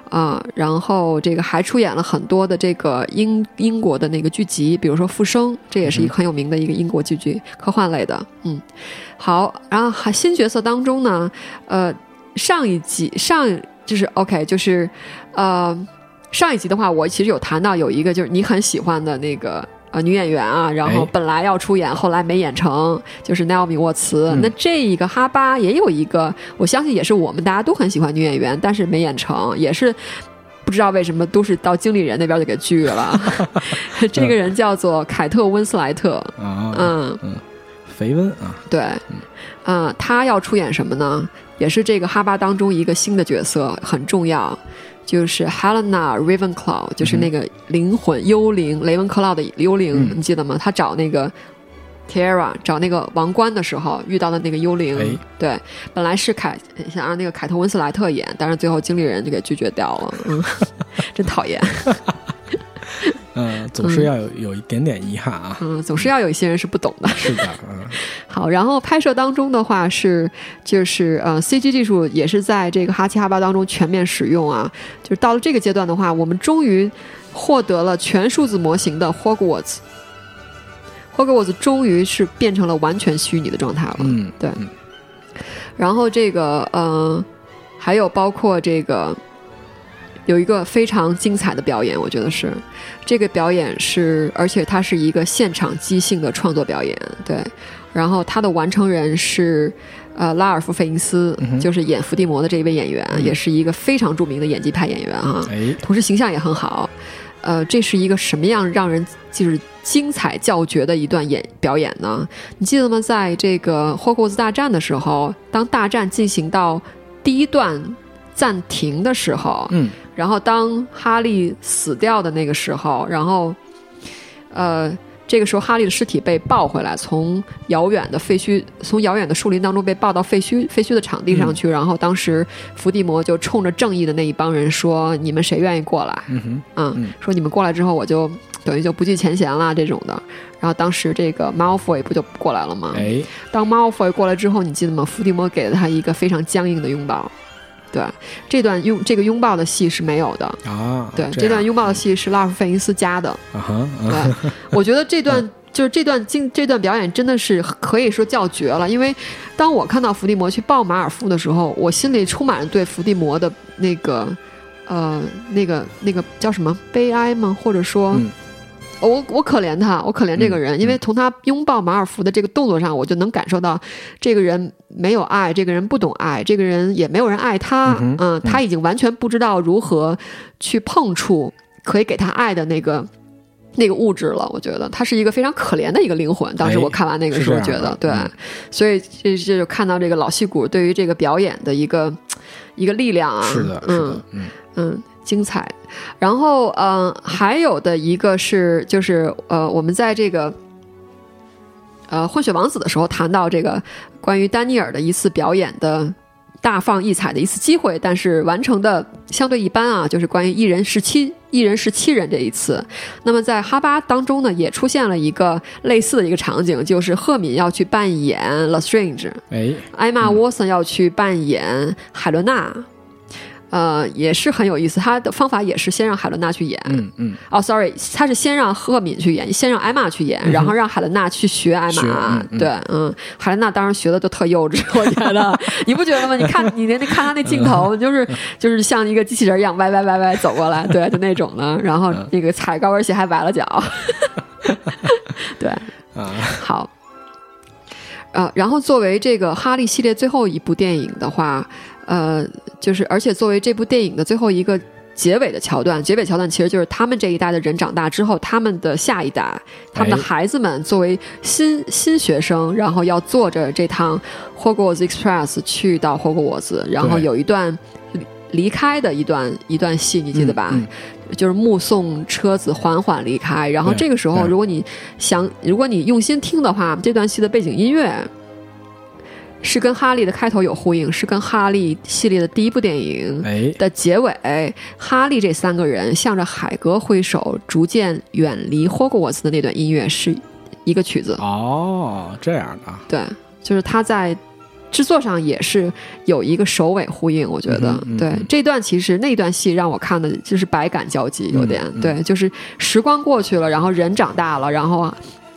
啊、然后这个还出演了很多的这个英英国的那个剧集，比如说《复生》，这也是
嗯
一个很有名的一个英国剧集，科幻类的，嗯，好，然后还新角色当中呢，呃，上一集上就是 OK 就是，呃，上一集的话，我其实有谈到有一个就是你很喜欢的那个。呃，女演员啊，然后
哎
本来要出演，后来没演成，就是奈奥米·沃茨。
嗯
那这一个哈巴也有一个，我相信也是我们大家都很喜欢女演员，但是没演成，也是不知道为什么都是到经理人那边就给拒了。 这个人叫做凯特·温斯莱特，
啊，
嗯，
肥温啊，
对，嗯，他要出演什么呢？也是这个哈巴当中一个新的角色，很重要，就是 Helena Ravenclaw，就是那个灵魂、幽灵雷文克劳的幽灵，
嗯
你记得吗？他找那个 Tiara 找那个王冠的时候遇到的那个幽灵，
哎
对，本来是凯想让那个凯特温斯莱特演，但是最后经理人就给拒绝掉了，嗯，真讨厌，
嗯，总是要有有一点点遗憾啊，
嗯，总是要有一些人是不懂的。
是 的，嗯
好，然后拍摄当中的话是，就是呃，CG 技术也是在这个哈七哈八当中全面使用啊。就是到了这个阶段的话，我们终于获得了全数字模型的 Hogwarts。Hogwarts 终于是变成了完全虚拟的状态了。
嗯，
对然后这个呃，还有包括这个有一个非常精彩的表演，我觉得是这个表演是，而且它是一个现场即兴的创作表演，对。然后它的完成人是呃拉尔夫·费因斯，就是演伏地魔的这一位演员，也是一个非常著名的演技派演员啊。
哎，
同时形象也很好。呃，这是一个什么样让人就是精彩叫绝的一段演表演呢？你记得吗？在这个霍格沃兹大战的时候，当大战进行到第一段暂停的时候，
嗯，
然后当哈利死掉的那个时候，然后，呃，这个时候哈利的尸体被抱回来，从遥远的废墟，从遥远的树林当中被抱到废墟废墟的场地上
嗯
去。然后当时伏地魔就冲着正义的那一帮人说：“你们谁愿意过来？”
嗯哼，
嗯，
嗯
说你们过来之后，我就等于就不计前嫌啦这种的。然后当时这个 Malfoy 不就过来了吗？
哎，
当 Malfoy 过来之后，你记得吗？伏地魔给了他一个非常僵硬的拥抱。对，这段拥这个拥抱的戏是没有的。
啊，
对，
这
这段
样
拥抱的戏是拉尔夫·费因斯加的。
啊哈，啊
对， 我觉得这
嗯
段就是这段经这段表演真的是可以说叫绝了，因为当我看到伏地魔去抱马尔夫的时候，我心里充满了对伏地魔的那个呃那个那个叫什么悲哀吗？或者说。
嗯
我我可怜他，我可怜这个人，因为从他拥抱马尔福的这个动作上，我就能感受到这个人没有爱，这个人不懂爱，这个人也没有人爱他。
嗯
嗯
哼
他已经完全不知道如何去碰触可以给他爱的那个那个物质了。我觉得他是一个非常可怜的一个灵魂。当时
哎
我看完那个时候，
是
觉
这样的
得对，
嗯
所以这这就看到这个老戏骨对于这个表演的一个一个力量啊。
是的，是
嗯
的，嗯，
嗯，精彩。然后，嗯、还有的一个是，就是呃，我们在这个呃《混血王子》的时候谈到这个关于丹尼尔的一次表演的大放异彩的一次机会，但是完成的相对一般啊，就是关于一人十七一人十七人这一次。那么在哈巴当中呢，也出现了一个类似的一个场景，就是赫敏要去扮演 Lestrange，
哎，
艾玛沃森要去扮演海伦娜，呃，也是很有意思。他的方法也是先让海伦娜去演，
嗯嗯，
哦，sorry，他是先让赫敏去演，先让艾玛去演，然后让海伦娜去学艾
嗯学
玛
嗯。嗯
对，嗯，海伦娜当时学的都特幼稚，我觉 得，你不觉得吗？你看，你连看她那镜头，就是就是像一个机器人一样歪歪歪歪走过来，对，就那种的。然后
嗯
那个踩高跟鞋还崴了 脚，对，
啊，
好。呃，然后作为这个哈利系列最后一部电影的话，呃，就是而且作为这部电影的最后一个结尾的桥段，结尾桥段其实就是他们这一代的人长大之后，他们的下一代，他们的
哎
孩子们作为新新学生，然后要坐着这趟霍格沃兹 Express 去到霍格沃兹，然后
对
有一段离离开的一段一段戏，你 记得吧？
嗯嗯
就是目送车子缓缓离开。然后
对
这个时候，
对
如果你想，如果你用心听的话，这段戏的背景音乐是跟哈利的开头有呼应，是跟哈利系列的第一部电影。
哎，
的结尾，哈利这三个人向着海格挥手，逐渐远离霍格沃茨的那段音乐是一个曲子。
哦，这样的啊，
对，就是他在制作上也是有一个首尾呼应，我觉得、
嗯嗯
对
嗯
这段其实那段戏让我看的就是百感交集，有点、
嗯嗯
对，就是时光过去了，然后人长大了，然后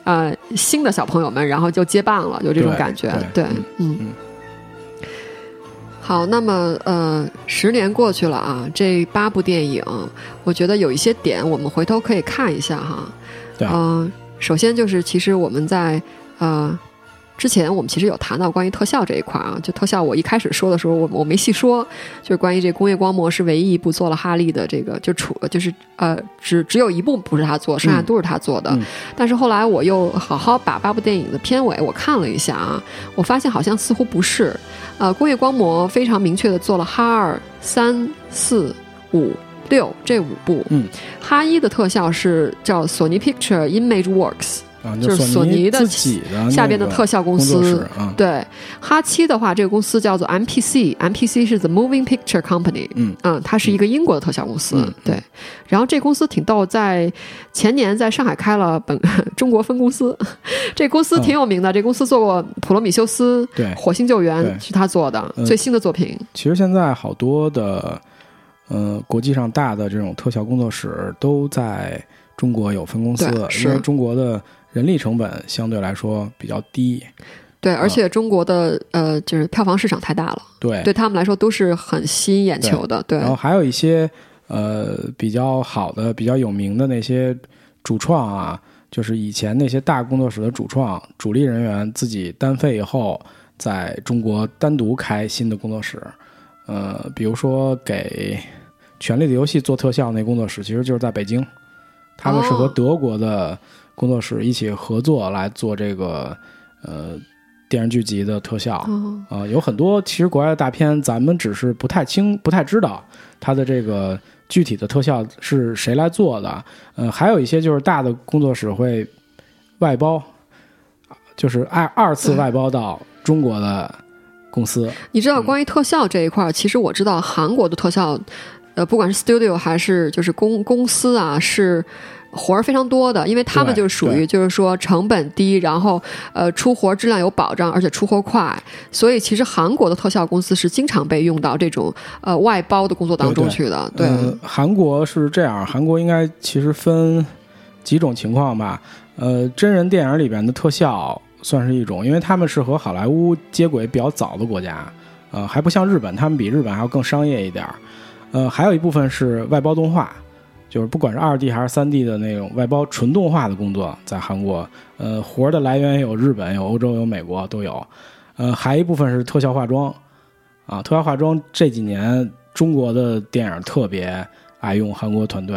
呃新的小朋友们，然后就接棒了，有这种
对
感觉，
对
嗯。
嗯
好，那么呃，十年过去了啊，这八部电影，我觉得有一些点我们回头可以看一下哈。
对
呃首先就是其实我们在呃之前我们其实有谈到关于特效这一块啊，就特效我一开始说的时候，我我没细说，就是关于这工业光魔是唯一一部做了哈利的这个，就除就是呃只只有一部不是他做，剩下都是他做的。
嗯嗯
但是后来我又好好把八部电影的片尾我看了一下啊，我发现好像似乎不是，呃，工业光魔非常明确的做了哈二、三、四、五、六这五部，
嗯，
哈一的特效是叫索尼 Picture Image Works
啊，
就是索尼的
自己啊的那个
下边的特效公
工
司，嗯
作室啊，
对，哈七的话，这个公司叫做 MPC，MPC 是 The Moving Picture Company。
嗯
它是一个英国的特效公司。
嗯嗯
对，然后这公司挺逗，在前年在上海开了本 中国分公司。 这公司
嗯
挺有名的，这公司做过《普罗米修斯》
对
《火星救援
哎对》，
是他做的、
嗯
最新的作品。
其实现在好多的，呃，国际上大的这种特效工作室都在中国有分公司
对，
因为
是
中国的人力成本相对来说比较低，
对，
啊
而且中国的、呃，就是票房市场太大了，
对。
对他们来说都是很吸引眼球的。对
哎然后还有一些呃比较好的、比较有名的那些主创啊，就是以前那些大工作室的主创、主力人员自己单飞以后，在中国单独开新的工作室，呃，比如说给《权力的游戏》做特效那工作室，其实就是在北京，他们是和
哦
德国的工作室一起合作来做这个呃电视剧集的特效。
哦，
啊、有很多其实国外的大片，咱们只是不太清、不太知道它的这个具体的特效是谁来做的。呃，还有一些就是大的工作室会外包，就是二二次外包到中国的公司。
你知道关于特效这一块儿，其实我知道韩国的特效，呃，不管是 studio 还是就是公公司啊，是活儿非常多的，因为他们
对
就是属于就是说成本低，然后呃出活儿质量有保障，而且出活儿快，所以其实韩国的特效公司是经常被用到这种呃外包的工作当中
对对
去的，对
呃，韩国是这样，韩国应该其实分几种情况吧。呃，真人电影里边的特效算是一种，因为他们是和好莱坞接轨比较早的国家，呃，还不像日本，他们比日本还要更商业一点儿。呃，还有一部分是外包动画，就是不管是二 D 还是三 D 的那种外包纯动画的工作，在韩国，呃，活儿的来源有日本、有欧洲、有美国都有。呃，还一部分是特效化妆，啊，特效化妆这几年中国的电影特别爱用韩国团队，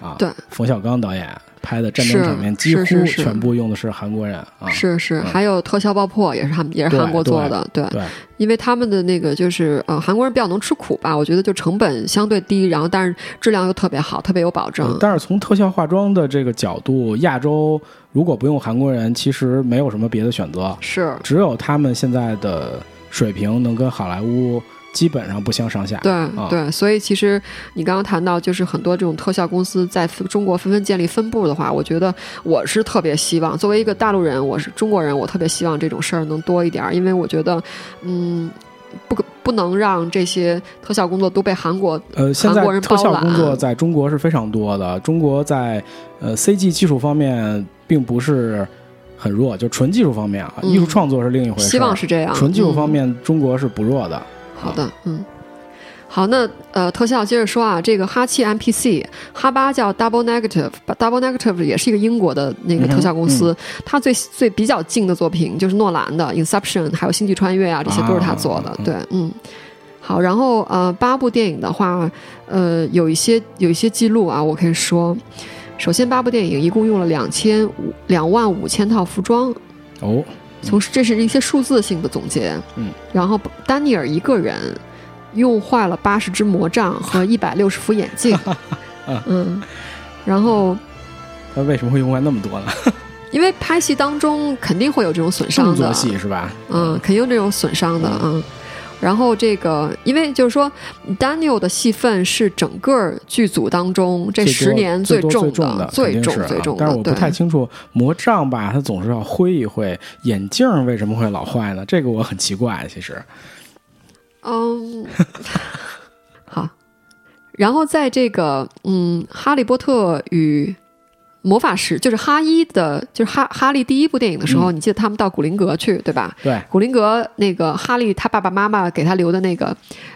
啊，
对，
冯小刚导演拍的战争场面几乎
是是是
全部用的是韩国人啊，
是是，
嗯
还有特效爆破也是他们也是
对
韩国做的，对，
对
因为他们的那个就是呃韩国人比较能吃苦吧，我觉得就成本相对低，然后但是质量又特别好，特别有保证。
但是从特效化妆的这个角度，亚洲如果不用韩国人，其实没有什么别的选择，
是
只有他们现在的水平能跟好莱坞基本上不相上下。
对、
啊
对，所以其实你刚刚谈到，就是很多这种特效公司在分中国纷纷建立分部的话，我觉得我是特别希望，作为一个大陆人，我是中国人，我特别希望这种事儿能多一点，儿，因为我觉得，嗯，不可不能让这些特效工作都被韩国
呃，现在
韩国人
特
包
效
揽啊
工作在中国是非常多的。中国在呃 CG 技术方面并不是很弱，就纯技术方面啊，
嗯
艺术创作是另一回事。
希望是这样，
纯技术
嗯
方面，中国是不弱的。
好的，嗯。好，那呃，特效接着说啊，这个哈七 MPC，哈巴叫 Double Negative，Double Negative 也是一个英国的那个特效公司，它最最比较近的作品就是诺兰的《Inception》，还有《星际穿越》啊，这些都是他做的。
啊
对，嗯。好，然后呃，八部电影的话，呃，有一些有一些记录啊，我可以说，首先八部电影一共用了两千五两万五千套服装，
哦，
从这是一些数字性的总结，
嗯，
然后丹尼尔一个人用坏了八十只魔杖和一百六十副眼 镜，嗯，然后
那为什么会用完那么多呢？
因为拍戏当中肯定会有这种损
动
伤
作
的，
戏是吧？
嗯，肯定有这种损伤的啊。嗯然后这个，因为就是说，Daniel 的戏份是整个剧组当中这
最多
十年
最多
重
最重的，
最
肯定
重
是啊
最重
但
的
是我。不
对，
太清楚魔杖吧，它总是要挥一挥，眼镜儿为什么会老坏呢？这个我很奇怪，其实。
嗯， 好。然后在这个嗯，《哈利波特与魔法石》就是哈一的，就是哈哈利第一部电影的时候，你记得他们到古灵阁去，对吧？
嗯对，
古灵阁那个哈利他爸爸妈妈给他留的那个、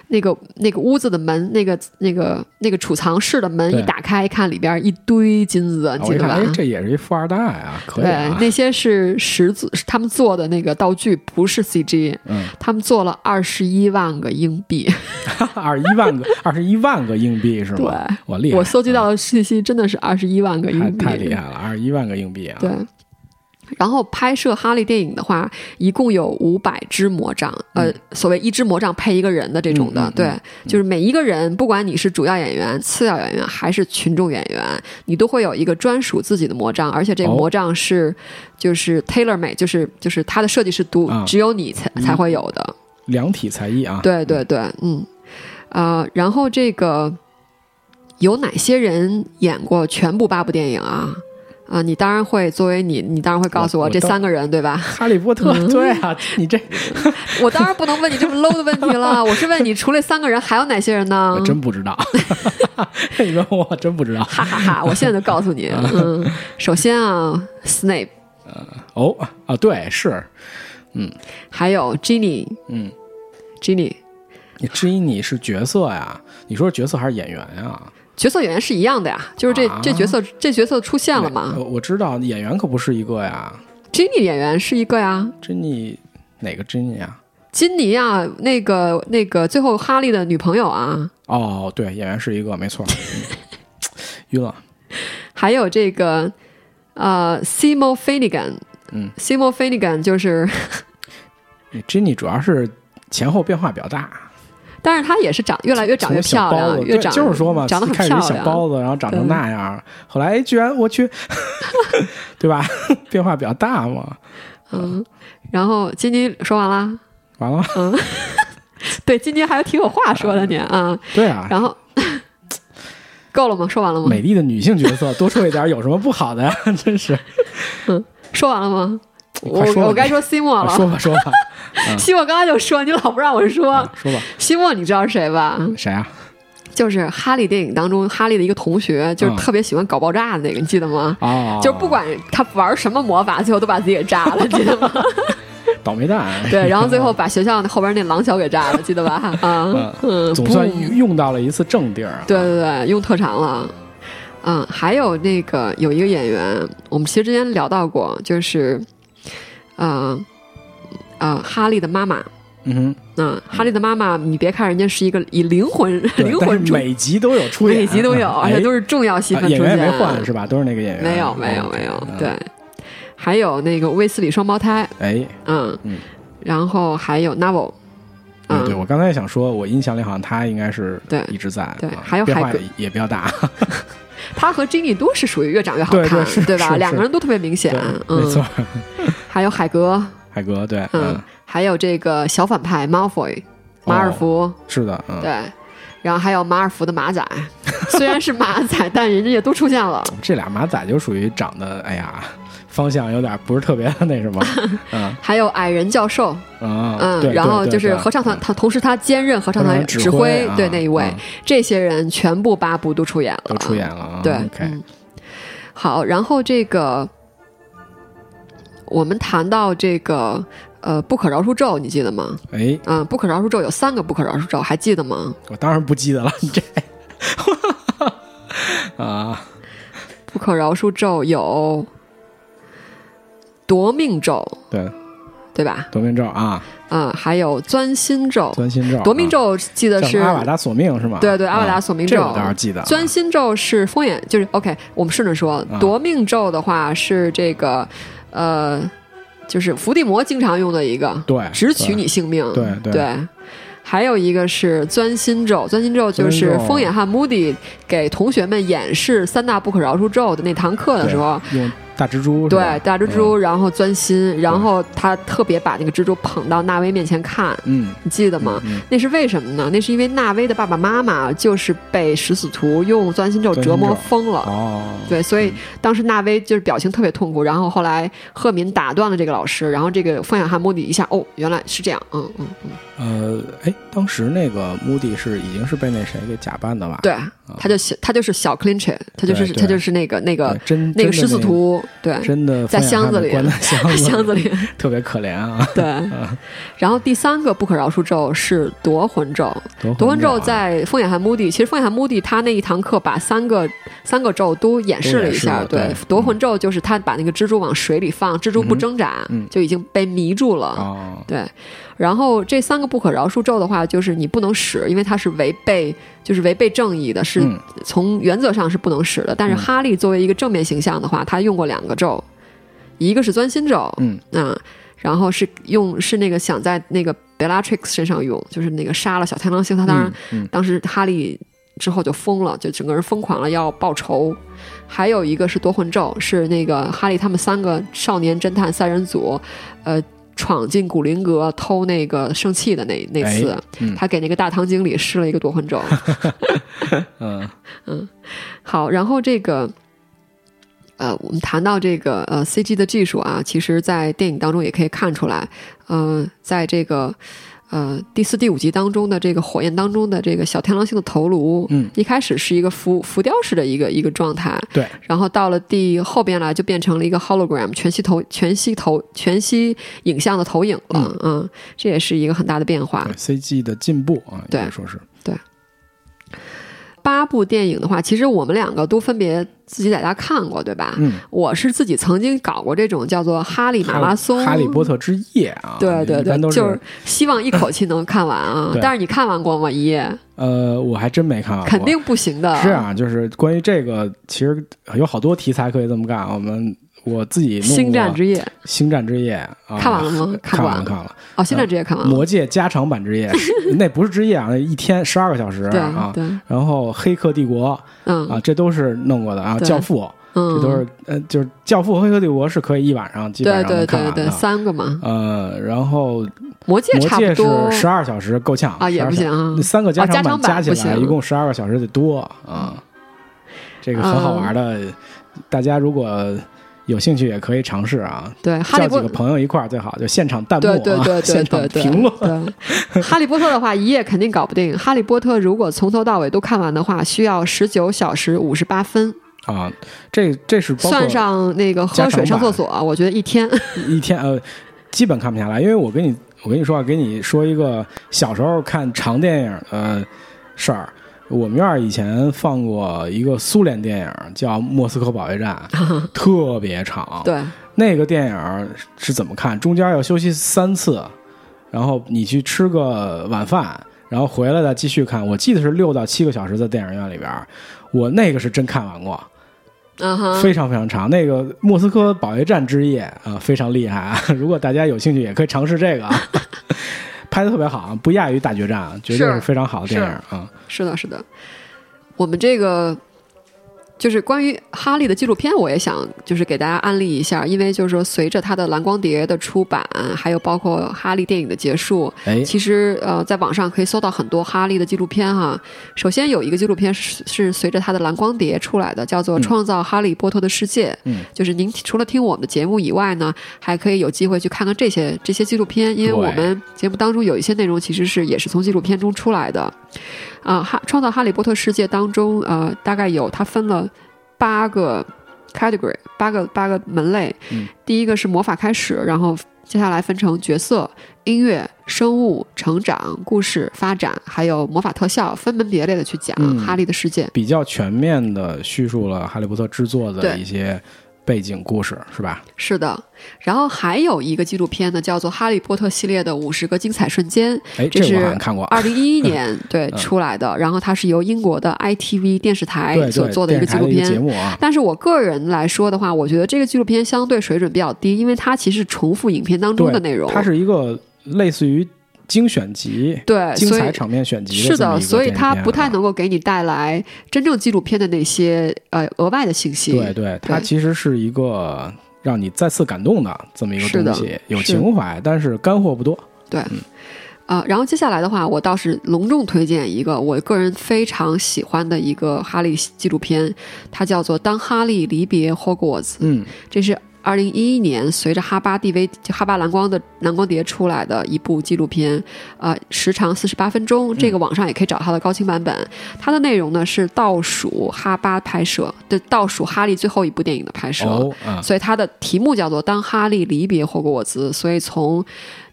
那个、那个屋子的门，那个、那个、那个储藏室的门
对
一打开，看里边一堆金子，你呃
我
记得
一看，
吧？
哎，这也是一富二代啊，可以
对
啊，。
那些是实做，是他们做的那个道具，不是 CG。
嗯，
他们做了二十一万个硬币。
二十一 万个，二十一万个硬币是吗？
对，
我厉害，啊
我搜集到的信息真的是二十一万个
太
硬币，
太厉害了，二十一万个硬币啊！
对。然后拍摄哈利电影的话，一共有五百支魔杖，呃，所谓一支魔杖配一个人的这种的，
嗯嗯嗯嗯
对，就是每一个人，不管你是主要演员、次要演员还是群众演员，你都会有一个专属自己的魔杖，而且这个
哦
魔杖是、就是 tailor made，就是就是它的设计是独、
啊
只有你才才会有的，
量体裁衣啊，
对对对，嗯，啊、然后这个有哪些人演过全部八部电影啊？啊、你当然会作为你，你当然会告诉
我
我
我
这
当
三个人对吧？
哈利波特，
嗯
对啊，你这
我当然不能问你这么 low 的问题了，我是问你除了三个人还有哪些人呢
我？真 不知道，你问我我真不知道
哈哈哈！我现在就告诉 你，
啊
嗯，首先啊，Snape，
哦啊，对，是
还有 Ginny，
嗯
，Ginny
你质疑你是角色呀？你说是角色还是演员呀？
角色演员是一样的呀，就是这、
啊
这角色这角色出现了嘛
呃我知道演员可不是一个呀，
？Ginny 演员是一个呀，
珍妮哪个珍妮啊？
金妮啊，那个那个最后哈利的女朋友啊，
哦，对，演员是一个，没错，嗯晕了。
还有这个呃 s i m o Finnegan，
嗯
s i m o Finnegan 就是，
你哎珍妮主要是前后变化比较大，
但是她也是长越来越长越
从小
漂
包
亮，
子，
越
对，
长
就是说嘛，
长得
一
很
开始
漂
小
亮。
包子，然后长成
对
那样，后来哎居然我去， 对吧？变化比较大嘛，
嗯，然后金妮说完啦，
完了，
对，金妮还挺有话说的你啊，
对啊，
然后 够了吗？说完了吗？
美丽的女性角色多说一点有什么不好的呀？ 真是，
说完了吗？
你
我
快说吧
我该
你
说 Simo
啊
了
说，吧嗯 说吧
西莫刚才就说，你老不让我说
啊，说吧，
西莫你知道是谁吧？
谁啊？
就是哈利电影当中哈利的一个同学，就是特别喜欢搞爆炸的那个，你记得吗？
嗯哦，
就是不管他玩什么魔法，最后都把自己给炸了，记得吗？
倒霉蛋，啊
对， 然后最后把学校后边那廊桥给炸了，记得吧？ 啊，嗯，
总
不
算用到了一次正地儿啊，
对对对，用特长了。嗯，还有那个有一个演员，我们其实之前聊到过，就是，呃，呃，哈利的妈妈，
嗯哼，
嗯，哈利的妈妈，你别看人家是一个以灵魂
对
灵
但
魂
是
主
每集都有出演，
每集都有，
嗯
而且都
哎
是重要戏
啊
份出
演员也
现。
没换是吧？都是那个演员，
没有，没有，
哦
没有。，
嗯
对，还有那个卫斯理双胞胎，
哎，
嗯
嗯，
然后还有 Novel，
嗯，对
嗯，
我刚才想说，我印象里好像他应该是
对
一直在，
对
啊
还有
变
海
化
格
也也比较大，
他和 Ginny 都是属于越长越好
对对
看
是，
对
是
吧？
是
两个人都特别明显
对，，没错
嗯，，还有海格，
海格对，
嗯，，还有这个小反派 Malfoy，马尔福，
是的，嗯，
对。然后还有马尔福的马仔，虽然是马仔，但人家也都出现了。
这俩马仔就属于长得，哎呀，方向有点不是特别的那 什么，嗯
还有矮人教授，
嗯，
嗯，
对
然后
对
就是
对
合唱团，
嗯
他同时他兼任合唱
合唱
团
团指
指
挥
挥
啊，
对那一位
嗯，
这些人全部八部都出演了，
都出演了啊，
对
，OK，
嗯好，然后这个我们谈到这个呃不可饶恕咒，你记得吗？
哎，
嗯，不可饶恕咒有三个不可饶恕咒，还记得吗？
我当然不记得了，你这，啊，
不可饶恕咒有夺命咒，
对，
对吧？
夺命咒啊，
嗯，还有钻心咒。
钻心咒，
夺命
啊
咒记得
叫
是
阿瓦达索命是吗？
对对，阿瓦达
嗯
索命
这
咒，
我倒是记得啊，
钻心咒是风眼，就是 OK。我们顺着说
啊，
夺命咒的话是这个，呃，就是伏地魔经常用的一个，
对
只取你性命，
对对
对。还有一个是钻心咒，钻心咒就
钻
是
心咒
风眼汉 Moody 给同学们演示三大不可饶恕咒的那堂课的时候，
用大蜘蛛是吧，
对大蜘蛛，
嗯
然后钻心，然后他特别把那个蜘蛛捧到纳威面前看，
嗯，
你记得吗？
嗯嗯
那是为什么呢？那是因为纳威的爸爸妈妈就是被食死徒用钻心咒折磨疯了。
哦，
对，所以当时纳威就是表情特别痛苦，然后后来赫敏打断了这个老师，然后这个风眼汉莫迪一下，哦，原来是这样，嗯嗯，
呃，哎，当时那个目的是已经是被那谁给假扮的吧？
对，他就小他就是小 Clinch，他就
对
是
对
他就是那个那
对，
个
真
那
真的
个食死徒，对，
真的
在
风眼
箱子
汉
里
关在箱子
箱子 里，
特别可怜 啊。
对。然后第三个不可饶恕咒是夺魂咒，夺魂咒
啊
在风眼汉墓地，其实风眼汉墓地他那一堂课把三个三个咒都演示了一下。
都演示了对
夺魂咒就是他把那个蜘蛛往水里放，蜘蛛不挣扎，
嗯
就已经被迷住了。
哦，
对，然后这三个不可饶恕咒的话，就是你不能使，因为它是违背，就是违背正义的，是
嗯
从原则上是不能使的。但是哈利作为一个正面形象的话，他用过两个咒，一个是钻心咒，
嗯
然后是用是那个想在那个 Bellatrix 身上用，就是那个杀了小太郎星，他当然、
嗯嗯
当时哈利之后就疯了，就整个人疯狂了，要报仇。还有一个是夺魂咒，是那个哈利他们三个少年侦探三人组，呃，闯进古灵阁偷那个圣器的那那次，
哎嗯
他给那个大堂经理施了一个夺魂 咒。
嗯，
好，然后这个。呃，我们谈到这个呃 CG 的技术啊，其实，在电影当中也可以看出来，呃，在这个呃第四、第五集当中的这个火焰当中的这个小天狼星的头颅，
嗯，
一开始是一个浮浮雕式的一个一个状态，
对，
然后到了第后边来就变成了一个 hologram 全息投全息投全息影像的投影了，嗯这也是一个很大的变化。
对 CG 的进步啊，
对
应该说是
八部电影的话，其实我们两个都分别自己在家看过，对吧？
嗯，
我是自己曾经搞过这种叫做哈利马拉松。
哈利波特之夜啊，
对对
一
对，
般都
就是希望一口气能看完啊
对！
但是你看完过吗？一夜
呃，我还真没看啊，
肯定不行的。
是，啊，就是关于这个，其实有好多题材可以这么干。我们我自己
《
弄过
星战之夜》
星战之夜》啊，
看完了吗？
看
不完
了，。看了。
哦，《星战之夜》看完了。
魔界加长版之 夜，那不是之夜啊，那一天十二个小时
对
啊。
对，
然后《黑客帝国》啊，
嗯
这都是弄过的啊，《
对
教父》这
嗯，
都是呃，就是《教父》《黑客帝国》是可以一晚上基本
对
上能
对
看
对
完
对，
的。啊
三个嘛，
呃，然后《
魔戒
魔
差
界
不》多
是十二小时，够呛
啊，也不。
12
行啊
小那。三个加
哦加
长
长版
版加起
不
来
行嗯
一共十二个小时得多啊，这个很好玩的，大家如果有兴趣也可以尝试啊。
对，哈利
叫
波
几个朋友一块儿最好，就现场弹幕
对
啊，
对对对对
现场
对，
评论。
对，哈利波特的话，一夜肯定搞不定。哈利波特如果从头到尾都看完的话，需要十九小时五十八分，
啊，这这是包括
算上那个
加
喝
长
水、上
版
厕所，我觉得一天。
一天呃，基本看不下来，因为我跟你我跟你说啊，给你说一个小时候看长电影的事儿。我们院儿以前放过一个苏联电影，叫《莫斯科保 卫战》，特别长。
对，
那个电影是怎么看？中间要休息三次，然后你去吃个晚饭，然后回来再继续看。我记得是六到七个小时在电影院里边儿，我那个是真看完过，
嗯哼，
非常非常长。那个莫斯科保卫战之夜啊、非常厉害啊！ 如果大家有兴趣，也可以尝试这个 啊，拍的特别好啊，不亚于大决战啊，绝对
是
是非常好的电影啊。
是的，是的。我们这个就是关于哈利的纪录片，我也想就是给大家安利一下，因为就是说随着他的蓝光碟的出版，还有包括哈利电影的结束，
哎，
其实呃，在网上可以搜到很多哈利的纪录片哈。首先有一个纪录片是是随着他的蓝光碟出来的，叫做《创造哈利波特的世界》。
嗯，
就是您除了听我们的节目以外呢，还可以有机会去看看这些这些纪录片，因为我们节目当中有一些内容其实是也是从纪录片中出来的。啊，哈，创造哈利波特世界当中，呃，大概有它分了八个 category，八个八个门类。
嗯
第一个是魔法开始，然后接下来分成角色、音乐、生物、成长、故事发展，还有魔法特效，分门别类的去讲
嗯
哈利的世界。
比较全面的叙述了《哈利波特》制作的
对
一些背景故事，是吧？
是的，然后还有一个纪录片呢，叫做《哈利波特》系列的五十个精彩瞬 间，
哎，
这
个我
是
好像看过。
二零一一年对
嗯
出来的。然后它是由英国的 ITV 电视
对
台
对，
所做的一个纪
电视台
录
的一个节
片。
目啊，
但是我个人来说的话，我觉得这个纪录片相对水准比较低，因为它其实重复影片当中的内容。
它是一个类似于精选集、
对，
精
所以
彩场面选集
是
这么
的，
一个
所以
电视
它
片
不太
啊
能够给你带来真正纪录片的那些呃额外的信息。
对对，它
对
其实是一个让你再次感动的这么一个
是的
东西，有
是
情怀，但是干货不多。
对，
嗯
啊、然后接下来的话，我倒是隆重推荐一个我个人非常喜欢的一个哈利纪录片，它叫做《当哈利离别霍格沃兹》，
嗯，
这是二零一一年随着哈巴 DV 哈巴蓝光的蓝光碟出来的一部纪录片，呃，时长四十八分钟，这
嗯
个网上也可以找它的高清版本。它的内容呢是倒数哈巴拍摄的倒数哈利最后一部电影的拍摄。
哦啊，
所以它的题目叫做《当哈利离别霍格沃兹》，所以从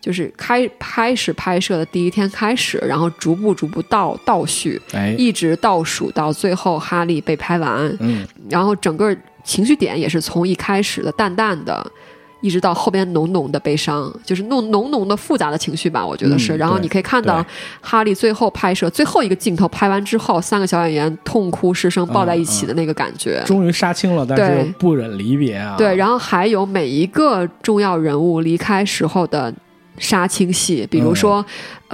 就是开开始拍摄的第一天开始，然后逐步逐步倒倒叙，
哎，
一直倒数到最后哈利被拍完，
嗯，
然后整个情绪点也是从一开始的淡淡的。一直到后边浓浓的悲伤，就是浓浓浓的复杂的情绪吧，我觉得是。
嗯
然后你
对
可以看到
对
哈利最后拍摄最后一个镜头拍完之后，三个小演员痛哭失
嗯
声抱在一起的那个感觉，
终于杀青了，但是
对
又不忍离别啊。
对，然后还有每一个重要人物离开时候的杀青戏，比如
嗯
说，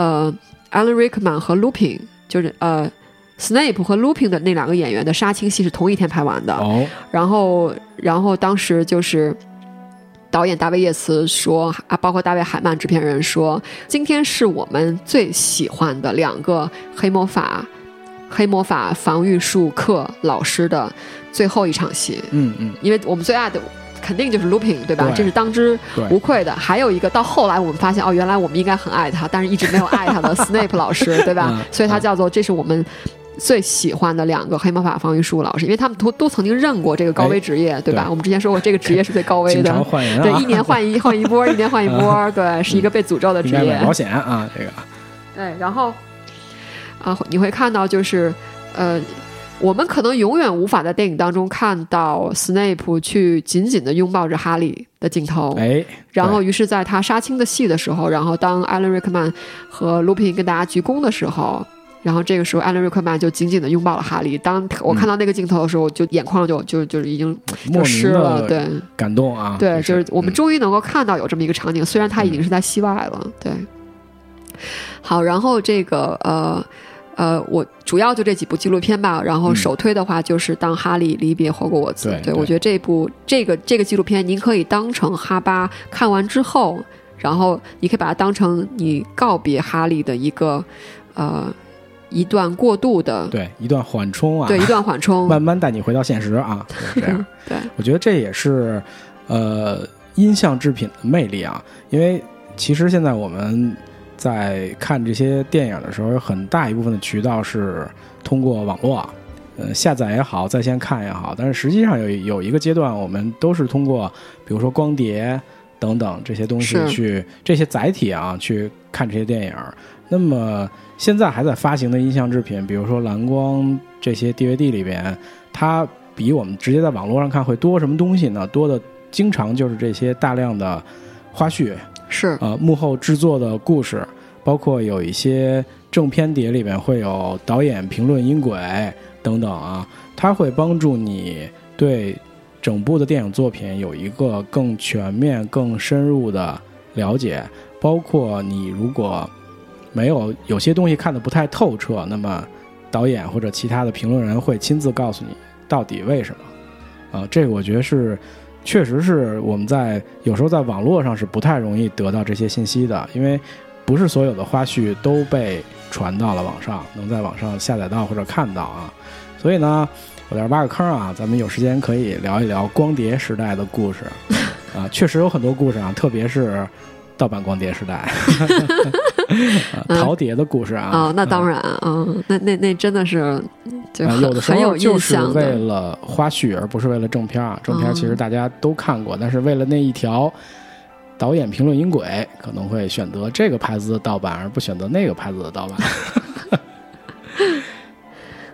呃，Alan Rickman 和 Lupin，就是呃，Snape 和 Lupin 的那两个演员的杀青戏是同一天拍完的。
哦，
然后，然后当时就是。导演大卫·叶茨说啊，包括大卫·海曼制片人说，今天是我们最喜欢的两个黑魔法、黑魔法防御术课老师的最后一场戏。
嗯嗯，
因为我们最爱的肯定就是 Looping，对吧？
对
这是当之
对
无愧的。还有一个，到后来我们发现，哦，原来我们应该很爱他，但是一直没有爱他的 Snape 老师，对吧？
嗯
所以他叫做这是我们。最喜欢的两个黑魔法防御术老师，因为他们都都曾经任过这个高危职业，对吧？
对
我们之前说过，这个职业是最高危
经常
的，
换人
对，
啊
一，年换一换一波，一年换一波，对，是一个被诅咒的职
应该
业
买。保险啊，这个
对，然后啊，你会看到就是呃，我们可能永远无法在电影当中看到斯内普去紧紧的拥抱着哈利的镜头。
哎，
然后，于是在他杀青的戏的时候，然后当艾伦·瑞克曼和卢平跟大家鞠躬的时候。然后这个时候，艾伦·瑞克曼就紧紧的拥抱了哈利。当我看到那个镜头的时候，我就眼眶就就就已经
莫
就湿
名
了。
的
对
感动啊，
对，就
这
是我们
嗯
终于能够看到有这么一个场景，虽然它已经是在戏外了。对，好，然后这个呃呃，我主要就这几部纪录片吧。然后
嗯
首推的话就是《当哈利离别霍格沃兹》
对
对
对
我觉得这部这个这个纪录片，您可以当成哈巴看完之后，然后你可以把它当成你告别哈利的一个呃一段过渡的
对一段缓冲啊，
对一段缓冲。
慢慢带你回到现实啊，就是 这样。
对，
我觉得这也是，呃，音像制品的魅力啊，因为其实现在我们在看这些电影的时候，有很大一部分的渠道是通过网络，呃，下载也好，在线看也好，但是实际上有有一个阶段，我们都是通过比如说光碟等等这些东西
是
去这些载体啊去看这些电影。那么现在还在发行的音像制品，比如说蓝光这些 DVD 里边，它比我们直接在网络上看会多什么东西呢？多的经常就是这些大量的花絮，
是
呃，幕后制作的故事，包括有一些正片碟里面会有导演评论音轨等等啊，它会帮助你对整部的电影作品有一个更全面、更深入的了解。包括你如果没有有些东西看得不太透彻，那么导演或者其他的评论人会亲自告诉你到底为什么。啊、这个我觉得是，确实是我们在有时候在网络上是不太容易得到这些信息的，因为不是所有的花絮都被传到了网上，能在网上下载到或者看到啊。所以呢，我在这儿挖个坑啊，咱们有时间可以聊一聊光碟时代的故事啊，确实有很多故事啊，特别是盗版光碟时代，啊淘碟的故事啊。
啊、那当
嗯
然啊、那那那真的是就
啊，
很、
有的时
很
候
有
就
印
是
象
为
的。嗯
了花絮，而不是为了正片儿啊。正片儿其实大家都看过，但是为了那一条导演评论音轨，可能会选择这个牌子的盗版，而不选择那个牌子的盗版。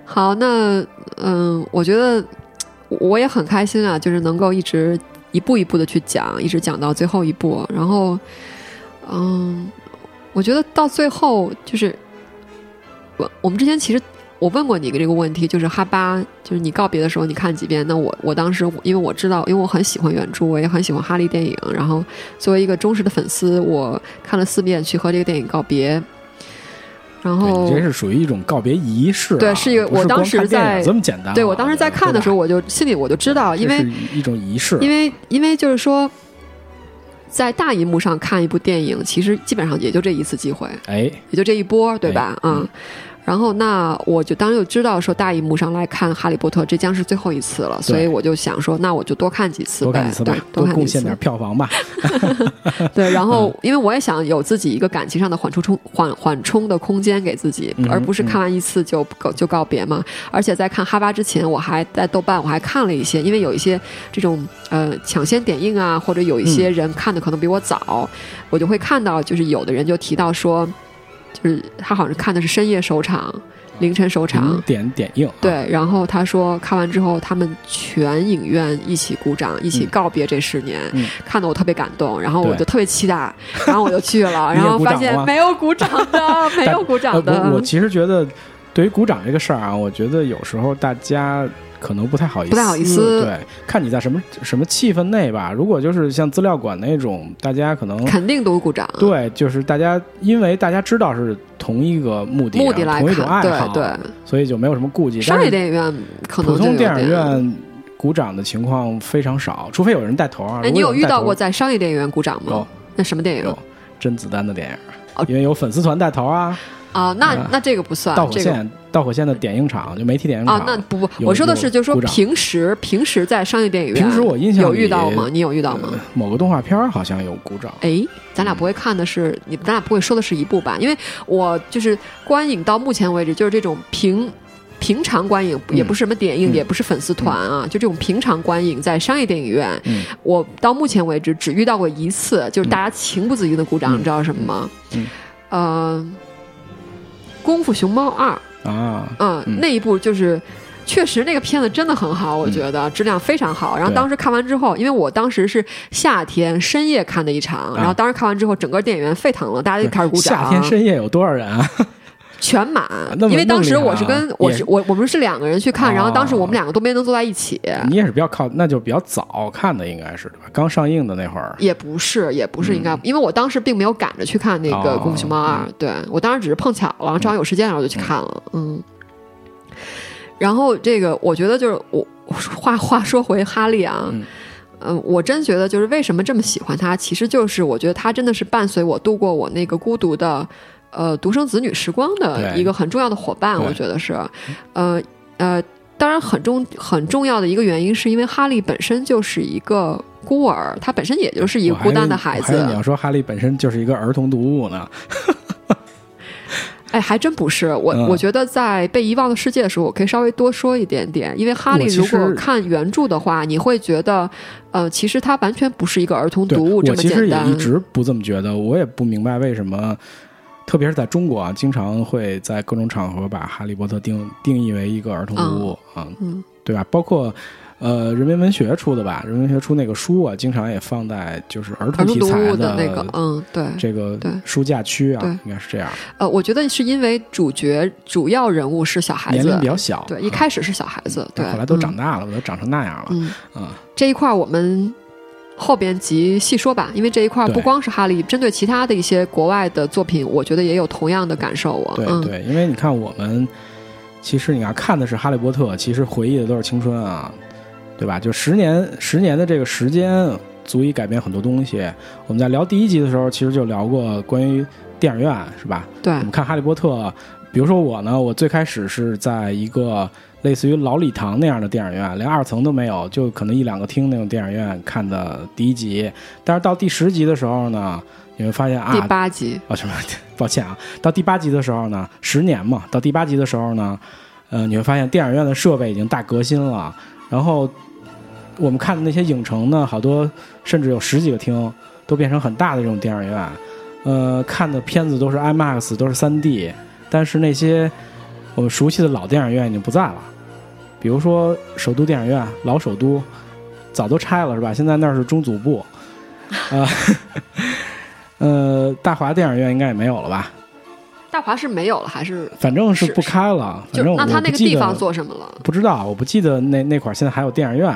好，那嗯，我觉得我也很开心啊，就是能够一直一步一步的去讲，一直讲到最后一步。然后，嗯，我觉得到最后就是我我们之前其实我问过你一个这个问题，就是哈巴，就是你告别的时候你看几遍？那我我当时因为我知道，因为我很喜欢原著，我也很喜欢哈利电影，然后作为一个忠实的粉丝，我看了四遍去和这个电影告别。然
对
后
你这是属于一种告别仪式啊、
哦对是一个
不是
我当
光
时
看电影
在
这么简单啊、
对我当时在看的时候，
对吧，
我就心里我就知道，因为
这是一种仪式，
因为因为就是说，在大荧幕上看一部电影，其实基本上也就这一次机会，
哎，
也就这一波，对吧？
哎
嗯。然后，那我就当时就知道说，大荧幕上来看《哈利波特》，这将是最后一次了，所以我就想说，那我就多看几次
多
呗，
看几次吧
对，，
多
看几
贡献
次。
点票房吧。
对，然后
嗯
因为我也想有自己一个感情上的缓冲冲缓缓冲的空间给自己
嗯，
而不是看完一次就告就告别嘛。而且在看哈巴之前，我还在豆瓣我还看了一些，因为有一些这种呃抢先点映啊，或者有一
嗯
些人看的可能比我早，我就会看到就是有的人就提到说，就是他好像看的是深夜首场、凌晨首场，
嗯点点映啊，
对，然后他说看完之后，他们全影院一起鼓掌，一起
嗯
告别这十年，
嗯
看得我特别感动，然后我
对
就特别期待，然后我就去了，
你也
然后
鼓
发
掌
现
吗
没有鼓掌 的，没有鼓掌
呃、我我
的，嗯
其实觉得，对于鼓掌这个事儿啊，我觉得有时候大家可能不太好意思，
不太好意思
对，看你在什么什么气氛内吧。如果就是像资料馆那种，大家可能。
肯定都鼓掌。
对，啊就是大家，因为大家知道是同一个目的啊，
目的来
同一种
看，
爱
对
好，啊
对，
所以就没有什么顾忌。但
商业
是
电影院可能
普
就有
通电
点。
影院鼓掌的情况非常少，除非有人带头啊。
哎，
如
你
果
有
人
遇
带
到
头
过在商业电影院鼓掌吗
有？
那什么电影
有甄子丹的电影
哦，
因为有粉丝团带头啊，
啊？那
嗯
那这个不算
盗，火
这个
线，盗火线的点映场就媒体点映场
啊，那不不，
有
我说的
有
是，就是说
鼓掌
平时平时在商业电影院，
平时我印象
有遇
里
到吗？你有遇到吗？
呃某个动画片儿好像有鼓掌，
哎，咱俩不会看的是
嗯
你，咱俩不会说的是一部吧？因为我就是观影到目前为止，就是这种平平常观影，
嗯
也不是什么点映，
嗯
也不是粉丝团啊，就这种平常观影，在商业电影院，
嗯
我到目前为止只遇到过一次，就是大家情不自禁的鼓掌，
嗯
你知道什么吗？
嗯
呃，《功夫熊猫二》
啊，
嗯，
嗯
那一部就是。确实，那个片子真的很好，我觉得质量非常好。然后
嗯对
当时看完之后，因为我当时是夏天深夜看的一场，然后当时看完之后，整个电影院沸腾了，大家就开始鼓掌，
啊夏天深夜有多少人啊？
全满
那。么
因为当时
那么厉害啊
我是跟我是
也
我我们是两个人去看，然后当时
哦
我们两个都没能坐在一起，
你也是比较靠，那就比较早看的，应该是对吧？刚上映的那会儿，嗯
也不是也不是应该，因为我当时并没有赶着去看那个
哦
《功夫熊猫二》，对我当时只是碰巧了，然后正好有时间，然后就去看了，嗯。然后这个，我觉得就是我我说话话说回哈利啊，
嗯
嗯、我真觉得就是为什么这么喜欢他，其实就是我觉得他真的是伴随我度过我那个孤独的，呃，独生子女时光的
对
一个很重要的伙伴，
对嗯
我觉得是，呃呃，当然很重很重要的一个原因，是因为哈利本身就是一个孤儿，他本身也就是一个
我还
孤单的孩
我还以为你
子。
要说哈利本身就是一个儿童读物呢，
哎，还真不是我，
嗯
我觉得在被遗忘的世界的时候，我可以稍微多说一点点，因为哈利
我其
如
实
果看原著的话，你会觉得，呃，其实他完全不是一个儿童
对
读物这
我
么
其实
简
也
单
一。直不这么觉得，我也不明白为什么。特别是在中国啊，经常会在各种场合把《哈利波特定》定义为一个儿童读物啊、
哦嗯
对吧？包括呃人民文学出的吧，人民文学出那个书啊，经常也放在就是儿
儿
童
童
题
读
材
物的那个，嗯，对，
这个
对
书架区啊
对，
应该是这样，
呃，我觉得是因为主角主要人物是小孩
年龄
子
比，较小，
对，一
啊
开始是小孩子，对
但，后来都
嗯
长大了，我都长成那样了，
嗯，
啊，
这一块儿我们后边集细说吧，因为这一块儿
对
不光是哈利，针对其他的一些国外的作品，我觉得也有同样的感受我。
对
嗯，
对，因为你看我们，其实你看看的是《哈利波特》，其实回忆的都是青春啊，对吧？就十年十年的这个时间，足以改变很多东西。我们在聊第一集的时候，其实就聊过关于电影院，是吧？我
对
们看《哈利波特》，比如说我呢，我最开始是在一个类似于老礼堂那样的电影院，连二层都没有，就可能一两个厅那种电影院看的第一集。但是到第十集的时候呢，你会发现啊，
第八集，
哦，什么？ 抱歉啊，到第八集的时候呢，十年嘛，到第八集的时候呢，呃，你会发现电影院的设备已经大革新了。然后我们看的那些影城呢，好多甚至有十几个厅都变成很大的这种电影院，呃，看的片子都是 IMAX，都是 3D，但是那些我们熟悉的老电影院已经不在了，比如说首都电影院，老首都早都拆了是吧？现在那儿是中组部，呃。呃，大华电影院应该也没有了吧？
大华是没有了，还是
反正是
是
不开了。
就
反正我
那他那
不
个
记
地
得
方做什么了？
不知道，我不记得那那块儿现在还有电影院，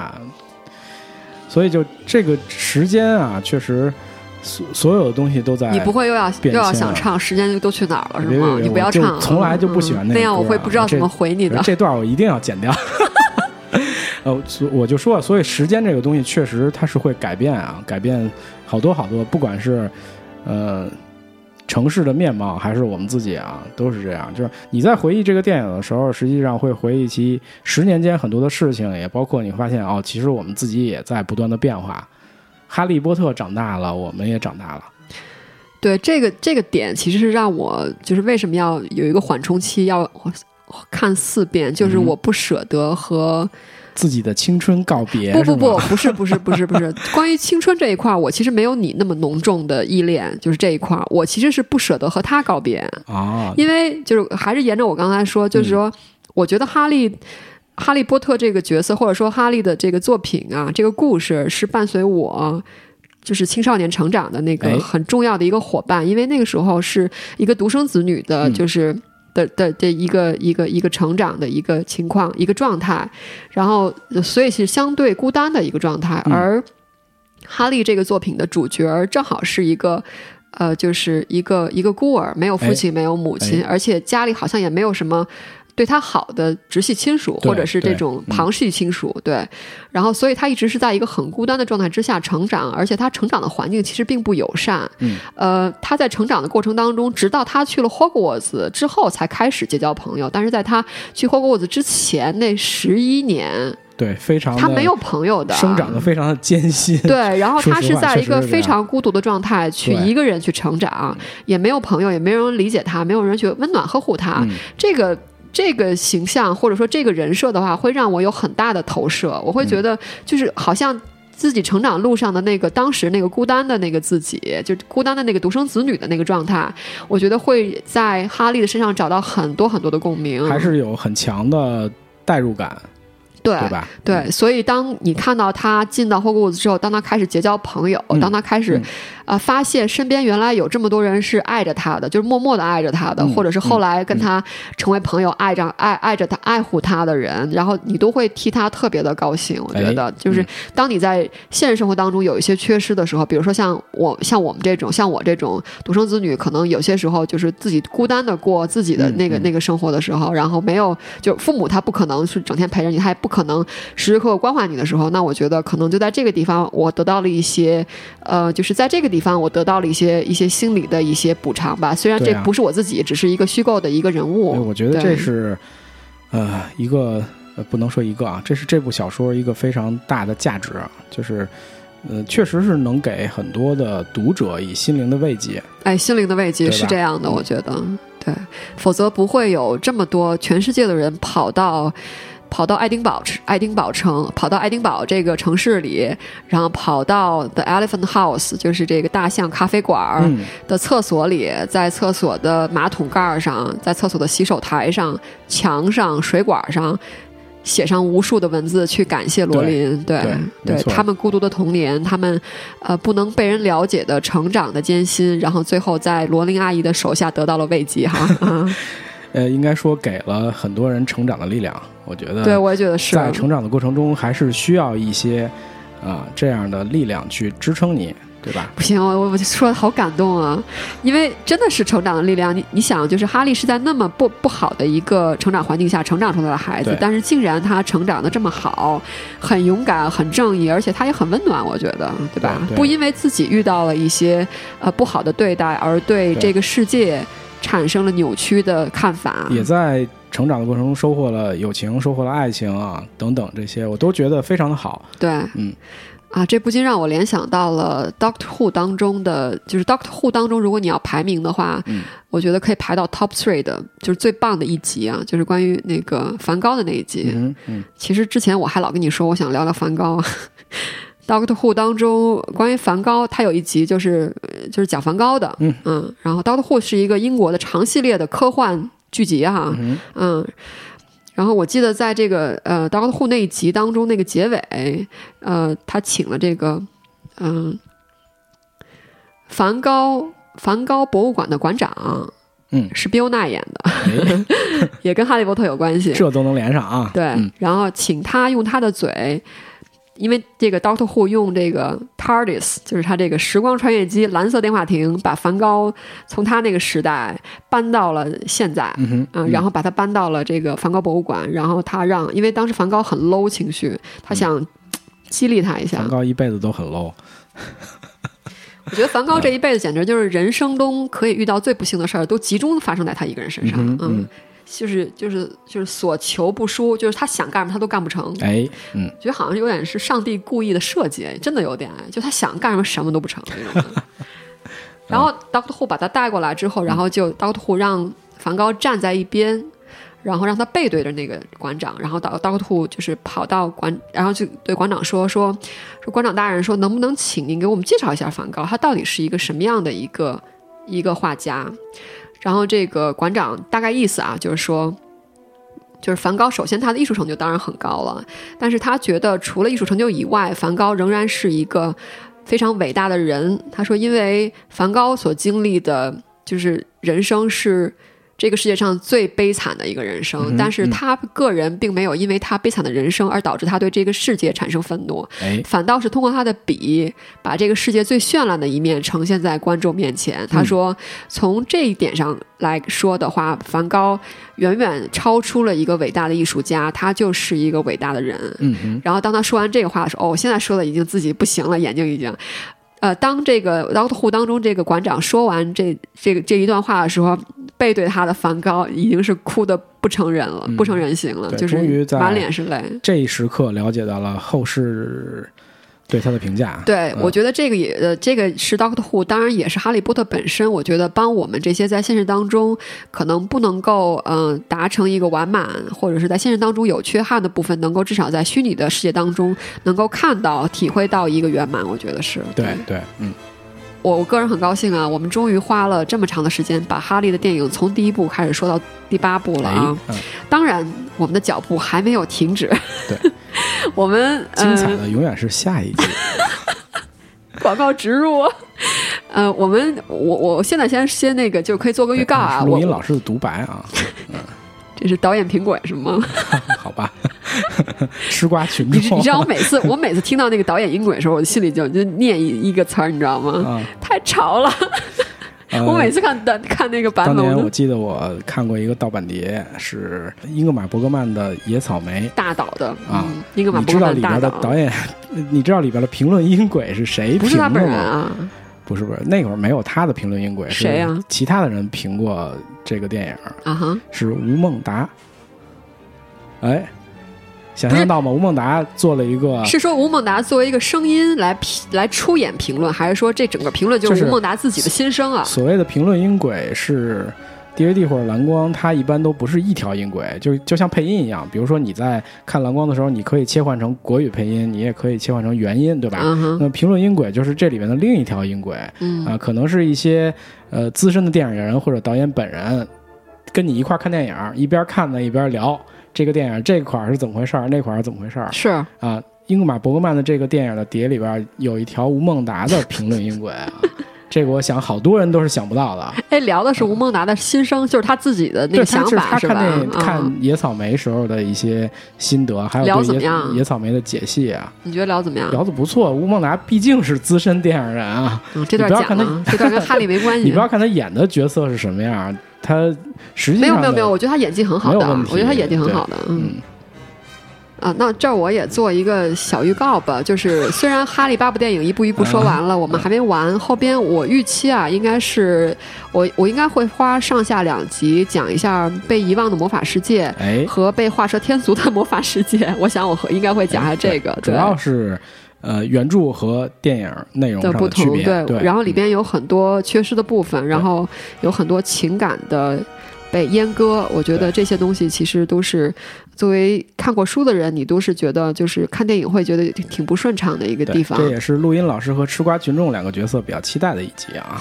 所以就这个时间啊，确实所所有的东西都在
你不会又要又
哎变
要
迁
想
了
唱《时间就都去哪儿了》
别
是吗？
别
你不要
我就
唱了，
从来就不喜欢
嗯
那个
那样，我
歌
会
啊
不知道怎
这
么回你的。
这段我一定要剪掉。 呃，所我就说，所以时间这个东西确实它是会改变啊，改变好多好多，不管是呃城市的面貌，还是我们自己啊，都是这样。就是你在回忆这个电影的时候，实际上会回忆起十年间很多的事情，也包括你发现哦，其实我们自己也在不断的变化。哈利波特长大了，我们也长大了。
对这个这个点，其实是让我就是为什么要有一个缓冲期，要看四遍，就是
嗯哼
我不舍得和、
自己的青春告别，
不不
是
不
吗，
不是不是不是不是，关于青春这一块儿，我其实没有你那么浓重的依恋，就是这一块儿，我其实是不舍得和他告别，
啊，
因为就是还是沿着我刚才说，
嗯
就是说，我觉得哈利。哈利波特这个角色，或者说哈利的这个作品啊，这个故事是伴随我就是青少年成长的那个
哎
很重要的一个伙伴，因为那个时候是一个独生子女的，
嗯
就是的的的一个一个一个成长的一个情况一个状态，然后呃所以是相对孤单的一个状态，
嗯
而哈利这个作品的主角儿正好是一个。呃，就是一个一个孤儿，没有父亲，没有母亲，而且家里好像也没有什么对他好的直系亲属，
对
或者是这
对
种
嗯
旁系亲属，对。然后，所以他一直是在一个很孤单的状态之下成长，而且他成长的环境其实并不友善。
嗯，
呃，他在成长的过程当中，直到他去了霍格沃兹之后才开始结交朋友，但是在他去霍格沃兹之前那十一年，
对，非常
他
地
没有朋友的，
哦生长的非常的艰辛。
对，然后
说
他
实
是
话
在
确
一个
实是这
非
样
常孤独的状态去
对
一个人去成长，也没有朋友，也没有人理解他，没有人去温暖呵护他。
嗯
这个这个形象或者说这个人设的话，会让我有很大的投射，我会觉
嗯
得就是好像。自己成长路上的那个当时那个孤单的那个自己，就孤单的那个独生子女的那个状态，我觉得会在哈利的身上找到很多很多的共鸣，
还是有很强的代入感，
对
对吧？嗯
对，所以当你看到他进到霍格沃兹之后，当他开始结交朋友，
嗯
当他开始
嗯
啊、呃发现身边原来有这么多人是爱着他的，就是默默的爱着他的，
嗯
或者是后来跟他成为朋友，爱着爱爱着他爱护他的人，然后你都会替他特别的高兴。我觉得，
哎
就是当你在现实生活当中有一些缺失的时候，比如说像我像我们这种像我这种独生子女，可能有些时候就是自己孤单的过自己的
嗯
那个、
嗯
那个生活的时候，然后没有就父母他不可能是整天陪着你，他也不可能时时刻刻关怀你的时候，那我觉得可能就在这个地方，我得到了一些，呃，就是在这个地方我得到了一些一些心理的一些补偿吧。虽然
对
这
啊
不是我自己，只是一个虚构的一个人
对，
物。
我觉得
对
这是呃一个呃不能说一个啊，这是这部小说一个非常大的价值，啊，就是呃确实是能给很多的读者以心灵的慰藉。
哎，心灵的慰藉
对吧
是这样的，
嗯
我觉得对，否则不会有这么多全世界的人跑到。跑到爱丁堡，爱丁堡城，跑到爱丁堡这个城市里，然后跑到 The Elephant House，就是这个大象咖啡馆儿，
嗯，
的厕所里，在厕所的马桶盖儿上，在厕所的洗手台上、墙上、水管上，写上无数的文字去感谢罗琳，对
对没错
他们孤独的童年，他们呃不能被人了解的成长的艰辛，然后最后在罗琳阿姨的手下得到了慰藉 哈。啊，
呃，应该说给了很多人成长的力量。我觉得，
对，我也觉得是。
在成长的过程中，还是需要一些啊、这样的力量去支撑你，对吧？
不行，我我说的好感动啊，因为真的是成长的力量。你你想，就是哈利是在那么不不好的一个成长环境下成长出来的孩子
对，
但是竟然他成长的这么好，很勇敢，很正义，而且他也很温暖，我觉得，对吧？
嗯对对
不因为自己遇到了一些呃不好的对待，而对
对
这个世界产生了扭曲的看法。
也在成长的过程中收获了友情，收获了爱情啊，等等这些，我都觉得非常的好。
对，
嗯，
啊，这不禁让我联想到了《Doctor Who》当中的，就是《Doctor Who》当中，如果你要排名的话，
嗯
我觉得可以排到 Top Three 的，就是最棒的一集啊，就是关于那个梵高的那一集。
嗯嗯，
其实之前我还老跟你说，我想聊聊梵高。Doctor Who 当中关于梵高，他有一集就是呃就是讲梵高的，
嗯
然后 Doctor Who 是一个英国的长系列的科幻剧集哈、
嗯
嗯，然后我记得在这个呃《Doctor Who》那一集当中，那个结尾，呃，他请了这个嗯、梵高梵高博物馆的馆长，
嗯
是 Bill Nye 演的，
哎，
也跟《哈利波特》有关系。
这都能连上啊？
对，
嗯
然后请他用他的嘴，因为这个 Doctor Who 用这个 TARDIS，就是他这个时光穿越机蓝色电话亭，把梵高从他那个时代搬到了现在。
嗯哼，
啊，然后把他搬到了这个梵高博物馆，然后他让，因为当时梵高很 low 情绪，他想激励他一下
嗯梵。高一辈子都很 low，
我觉得梵高
嗯
这一辈子简直就是人生中可以遇到最不幸的事儿，都集中发生在他一个人身上。
嗯
嗯
哼嗯
就是就是就是所求不输，就是他想干什么他都干不成。
哎，嗯，
觉得好像有点是上帝故意的设计，真的有点，就他想干什么什么都不成那种的。然后 Doctor Who 把他带过来之后，然后就 Doctor Who 让梵高站在一边，然后让他背对着那个馆长，然后 Doc- Doctor Who 就是跑到馆，然后就对馆长说说说馆长大人说能不能请您给我们介绍一下梵高，他到底是一个什么样的一个一个画家？然后这个馆长大概意思啊，就是说。就是梵高，首先他的艺术成就当然很高了，但是他觉得除了艺术成就以外，梵高仍然是一个非常伟大的人。他说，因为梵高所经历的，就是人生是这个世界上最悲惨的一个人生，
嗯
但是他个人并没有因为他悲惨的人生而导致他对这个世界产生愤怒，
哎，
反倒是通过他的笔，把这个世界最绚烂的一面呈现在观众面前。他嗯说，从这一点上来说的话，梵高远远超出了一个伟大的艺术家，他就是一个伟大的人。
嗯哼，
然后当他说完这个话的时候，哦，我现在说的已经自己不行了，眼睛已经。呃，当这个 Doctor Who 当中这个馆长说完这这个这一段话的时候，背对他的梵高已经是哭的不成人了，
嗯
不成人形了，
对
就是
终于在
满脸是泪。
这一时刻了解到了后世对他的评价。
对，
嗯
我觉得这个也呃，这个是 Doctor Who，当然也是哈利波特本身。我觉得帮我们这些在现实当中可能不能够嗯、呃达成一个完满，或者是在现实当中有缺憾的部分，能够至少在虚拟的世界当中能够看到、体会到一个圆满。我觉得是
对对，嗯，
我我个人很高兴啊，我们终于花了这么长的时间把哈利的电影从第一部开始说到第八部了
哎
啊。，
嗯，
当然，我们的脚步还没有停止。
对，
我们
精彩
呃
的永远是下一季。
广告植入。呃，我们我我现在先先那个就可以做个 预告啊，
是
我
哎 录音老师的独白啊，
这是导演评轨是吗？
好吧， 吃瓜群
你知
众。
你知道我每次我每次听到那个导演音轨的时候，我心里就就念一一个词儿，你知道吗？
啊，
太潮了！
呃
我每次看的看那个版
当
本，
年
我
我
都
记得我看过一个盗版碟，是英格玛·伯格曼的《野草莓》。
大导的
啊
嗯，英格玛
你
伯
知
格
道
曼
里
大
边的导演， 你知道里边的评论音轨是谁
不
评
是他
的
本人
吗？
啊，
不是不是，那会儿没有他的评论音轨，是
谁啊呀
其他的人评过这个电影，
啊哈，
是吴孟达。哎，想象到吗？吴孟达做了一个，
是说吴孟达作为一个声音来评来出演评论，还是说这整个评论就
就是
是吴孟达自己的心声啊？
所谓的评论音轨是 DVD 或者蓝光，它一般都不是一条音轨，就就像配音一样。比如说你在看蓝光的时候，你可以切换成国语配音，你也可以切换成原音，对吧？
嗯哼，
那评论音轨就是这里面的另一条音轨啊、
嗯
可能是一些呃资深的电影人或者导演本人跟你一块儿看电影，一边看呢一边聊，这个电影这块儿是怎么回事儿，那块儿是怎么回事儿
是
啊。英格玛·伯格曼的这个电影的碟里边有一条吴孟达的评论音 轨啊，这个我想好多人都是想不到的。
哎，聊的是吴孟达的心声，就是他自己的那
对，
个
他
想
就是
法
他
是
看
吧？
那看
嗯，
野草莓时候的一些心得，还
聊
有
怎
对
么
野
样啊嗯
野草莓的解析啊，
你觉得聊怎么样？
聊的不错。吴孟达毕竟是资深电影人啊，
嗯，这
你
段
不要
讲
看他
了，这段跟哈利没 关系。
你不要看他演的角色是什么样，他实际
没有
上
没有没有，
的
我觉得他演技很好的，
没有问题
我觉得他演技很好的，嗯。
嗯
啊，那这儿我也做一个小预告吧，就是虽然《哈利》八部电影一步一步说完
嗯
了，我们还没完，后边我预期啊，应该是我我应该会花上下两集讲一下被遗忘的魔法世界
哎，
和被画蛇添足的魔法世界，我想我会应该会讲一下这个，
哎主
对。
要是呃原著和电影内容
的
上
不
区
同，
别，对，嗯
然后里边有很多缺失的部分，然后有很多情感的被阉割。我觉得这些东西其实都是作为看过书的人，你都是觉得就是看电影会觉得挺挺不顺畅的一个
嗯对
地方
这。也是录音老师和吃瓜群众两个角色比较期待的一集 啊。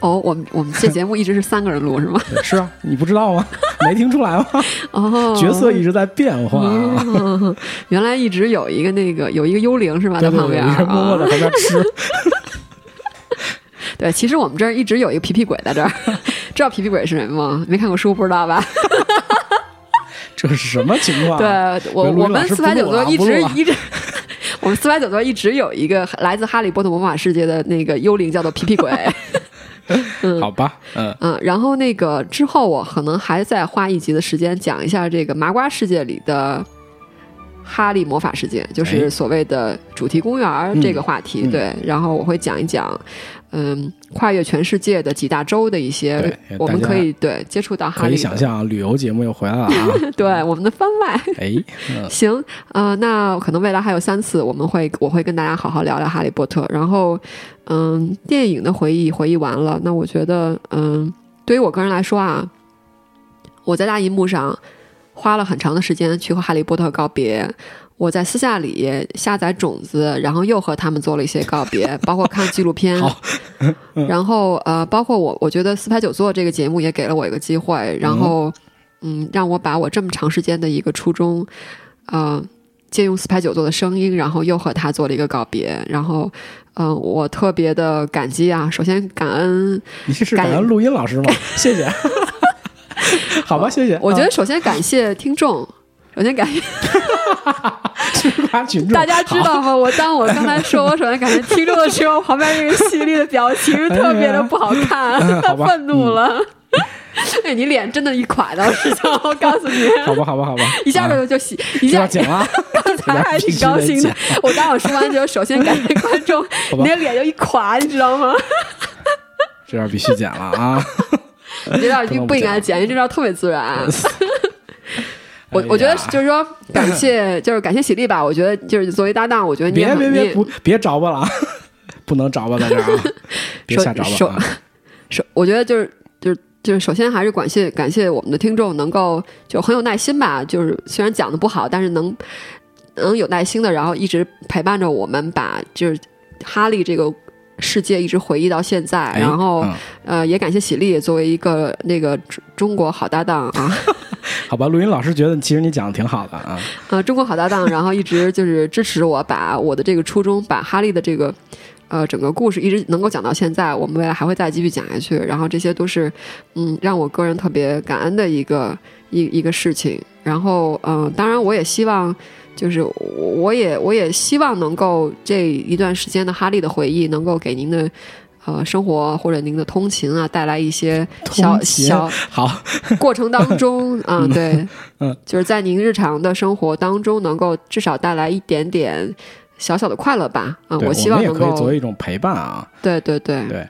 哦，我们我们这节目一直是三个人录是吗？
对是啊，你不知道吗？没听出来吗？
哦，
角色一直在变化啊。
嗯原来一直有一个那个有一个幽灵是吧，
对
在
对
旁
对，
边
一直默默在
啊。
旁边 吃。
对，其实我们这儿一直有一个皮皮鬼在这儿， 知道皮皮鬼是谁吗？没看过书不知道吧？
这是什么情况？
对我，
录音
我
老
们
师
四百九
不录
座
了
一
不录
直
了
一直， 我们四百九座一直有一个来自《哈利波特魔法世界》的那个幽灵叫做皮皮 鬼。
好吧，嗯，
嗯，然后那个之后，我可能还再花一集的时间讲一下这个麻瓜世界里的哈利魔法世界，就
哎
是所谓的主题公园儿这个话题。
嗯嗯
对，然后我会讲一讲，嗯，跨越全世界的几大洲的一些
对，
我们
大家
可以对接触到哈
可
利
以
的，
想象旅游节目又回 来了啊。
对我们的番外。
哎，嗯，
行，呃，那可能未来还有三次，我们会我会跟大家好好聊聊《哈利波特》。然后，嗯，电影的回忆回忆完了，那我觉得，嗯，对于我个人来说啊，我在大荧幕上花了很长的时间去和《哈利波特》告别。我在私下里下载种子，然后又和他们做了一些告别，包括看纪录片，
好
然后呃，包括我，我觉得《四拍九座》这个节目也给了我一个机会，然后嗯让我把我这么长时间的一个初衷，呃，借用四拍九座的声音，然后又和他做了一个告别，然后，嗯、我特别的感激啊，首先感恩，
你是
感
感恩录音老师 吗？谢谢。好吧，谢谢。
我觉
啊
得首先感谢听众。 首先感 谢
吃瓜群众，
大家知道吗？我当我刚才说 我首先感谢听众的时候，旁边这个犀利的表情特别的不好看，
嗯
他
好吧
愤怒了。哎，你脸真的一垮到是上，我告诉你，
好，好吧，好吧，好吧，
一下
嗯啊
就就喜，一
知道
下
剪了啊，
刚才还挺高兴的。我当我说完之后，首先感谢观众，
好
你
吧
的脸就一垮，你知道吗？
这段必须剪 了啊！
你这段就不应该剪，因为这段特别自 然。我我觉
哎
得就是说，感谢就是感谢喜力吧。我觉得就是作为搭档，我觉得你也
别
很
别
你
别
也
不别着吧了，啊！ 不能着吧在这儿 啊，别
手
瞎着
手
吧啊！
首，我觉得就是就是就是，首先还是感谢感谢我们的听众能够就很有耐心吧，就是虽然讲的不好，但是能能有耐心的，然后一直陪伴着我们，把就是哈利这个。世界一直回忆到现在，
哎
然后、
嗯
呃，也感谢喜力作为一个那个中中国好搭档啊，
好吧，录音老师觉得其实你讲的挺好的 啊，
呃，中国好搭档，然后一直就是支持我，把我的这个初衷，把哈利的这个呃整个故事一直能够讲到现在，我们未来还会再继续讲下去。然后这些都是嗯让我个人特别感恩的一个一一个事情。然后嗯、呃当然我也希望。就是我，我也我也希望能够这一段时间的哈利的回忆，能够给您的呃生活或者您的通勤啊，带来一些小
通勤
小
好，
过程当中啊，对，
嗯，
就是在您日常的生活当中，能够至少带来一点点小小的快乐吧。啊，
对，我
希
们
望
也
能
可以作
够嗯
为，一种陪伴啊。
对对对，
对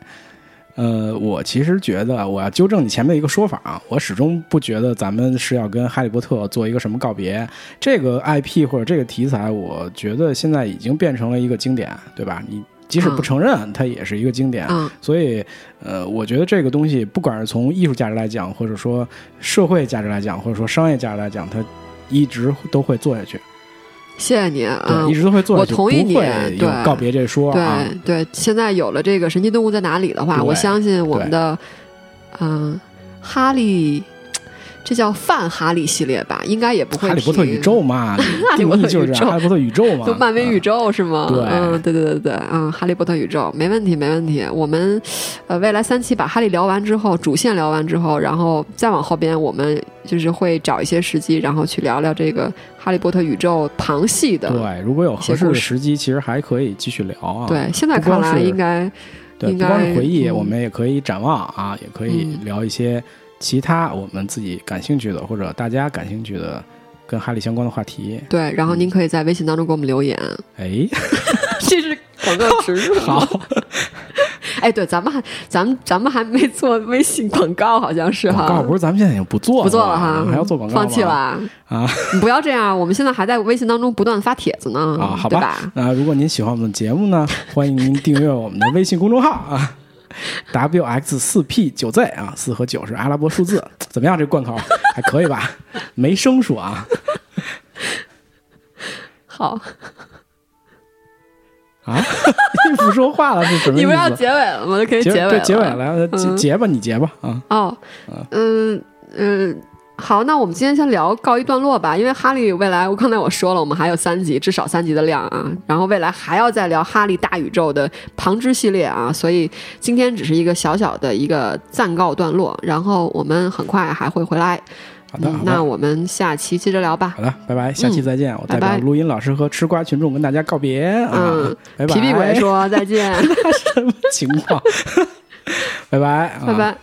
呃，我其实觉得啊我要纠正你前面的一个说法啊，我始终不觉得咱们是要跟《哈利波特》做一个什么告别。这个 IP 或者这个题材，我觉得现在已经变成了一个经典，对吧？你即使
嗯
不承认，它也是一个经典。
嗯，
所以，呃，我觉得这个东西，不管是从艺术价值来讲，或者说社会价值来讲，或者说商业价值来讲，它一直都会做下去，
谢谢你
对，
啊
一。直都会做下去，
我同意你
不会有
对
告别这说啊。
对对，现在有了这个《神奇动物在哪里》的话，
对
我相信我们
对
的，嗯，哈利这叫泛哈利系列吧，应该也不会
哈利波特
提
宇宙嘛，
哈利
定
波特
义就是
宇
这
宙
样，哈利波特宇宙 嘛，啊
就漫威宇宙是吗？
对
嗯，对对对对，嗯，哈利波特宇宙没问题，没问题。我们呃，未来三期把哈利聊完之后，主线聊完之后，然后再往后边，我们就是会找一些时机，然后去聊聊这个哈利波特宇宙旁系的。
对，如果有合适的时机，其实还可以继续聊啊。
对现在
不光
看来
是
应该
对，
应
不光
该
是回忆，
嗯
我们也可以展望啊，也可以聊一些其他我们自己感兴趣的或者大家感兴趣的跟哈利相关的话题。
对。然后您可以在微信当中给我们留言，
哎，
这是广告植入。
好，
哎，对，咱们还咱们咱们还没做微信广告，好像是哈。
广告不是咱们现在已经不做了，
不做了哈，嗯
还要做广告吗
放弃了啊！
啊
你 不要这样，我们现在还在微信当中不断发帖子呢，
啊？好
嗯对
吧，那如果您喜欢我们的节目呢，欢迎您订阅我们的微信公众号啊。WX 四 P 九 Z 啊，四和九是阿拉伯数字，怎么样？这贯口还可以吧？没生疏啊
好，
啊！你不说话了是什么
你
意思？
们要结尾了吗？就可以
结
尾
对
了。
结尾了，结
嗯
结吧，你结吧啊！
哦，嗯嗯。好，那我们今天先聊告一段落吧，因为哈利未来，我刚才我说了，我们还有三集，至少三集的量啊，然后未来还要再聊哈利大宇宙的旁支系列啊，所以今天只是一个小小的一个暂告段落，然后我们很快还会回来，
好的，
嗯
好的，
那我们下期接着聊吧，
好的，拜拜，下期再见！我代
拜
表
拜
录音老师和吃瓜群众跟大家告别啊
嗯！
拜拜，
皮皮鬼说再见，
什么情况？拜拜，啊
拜拜。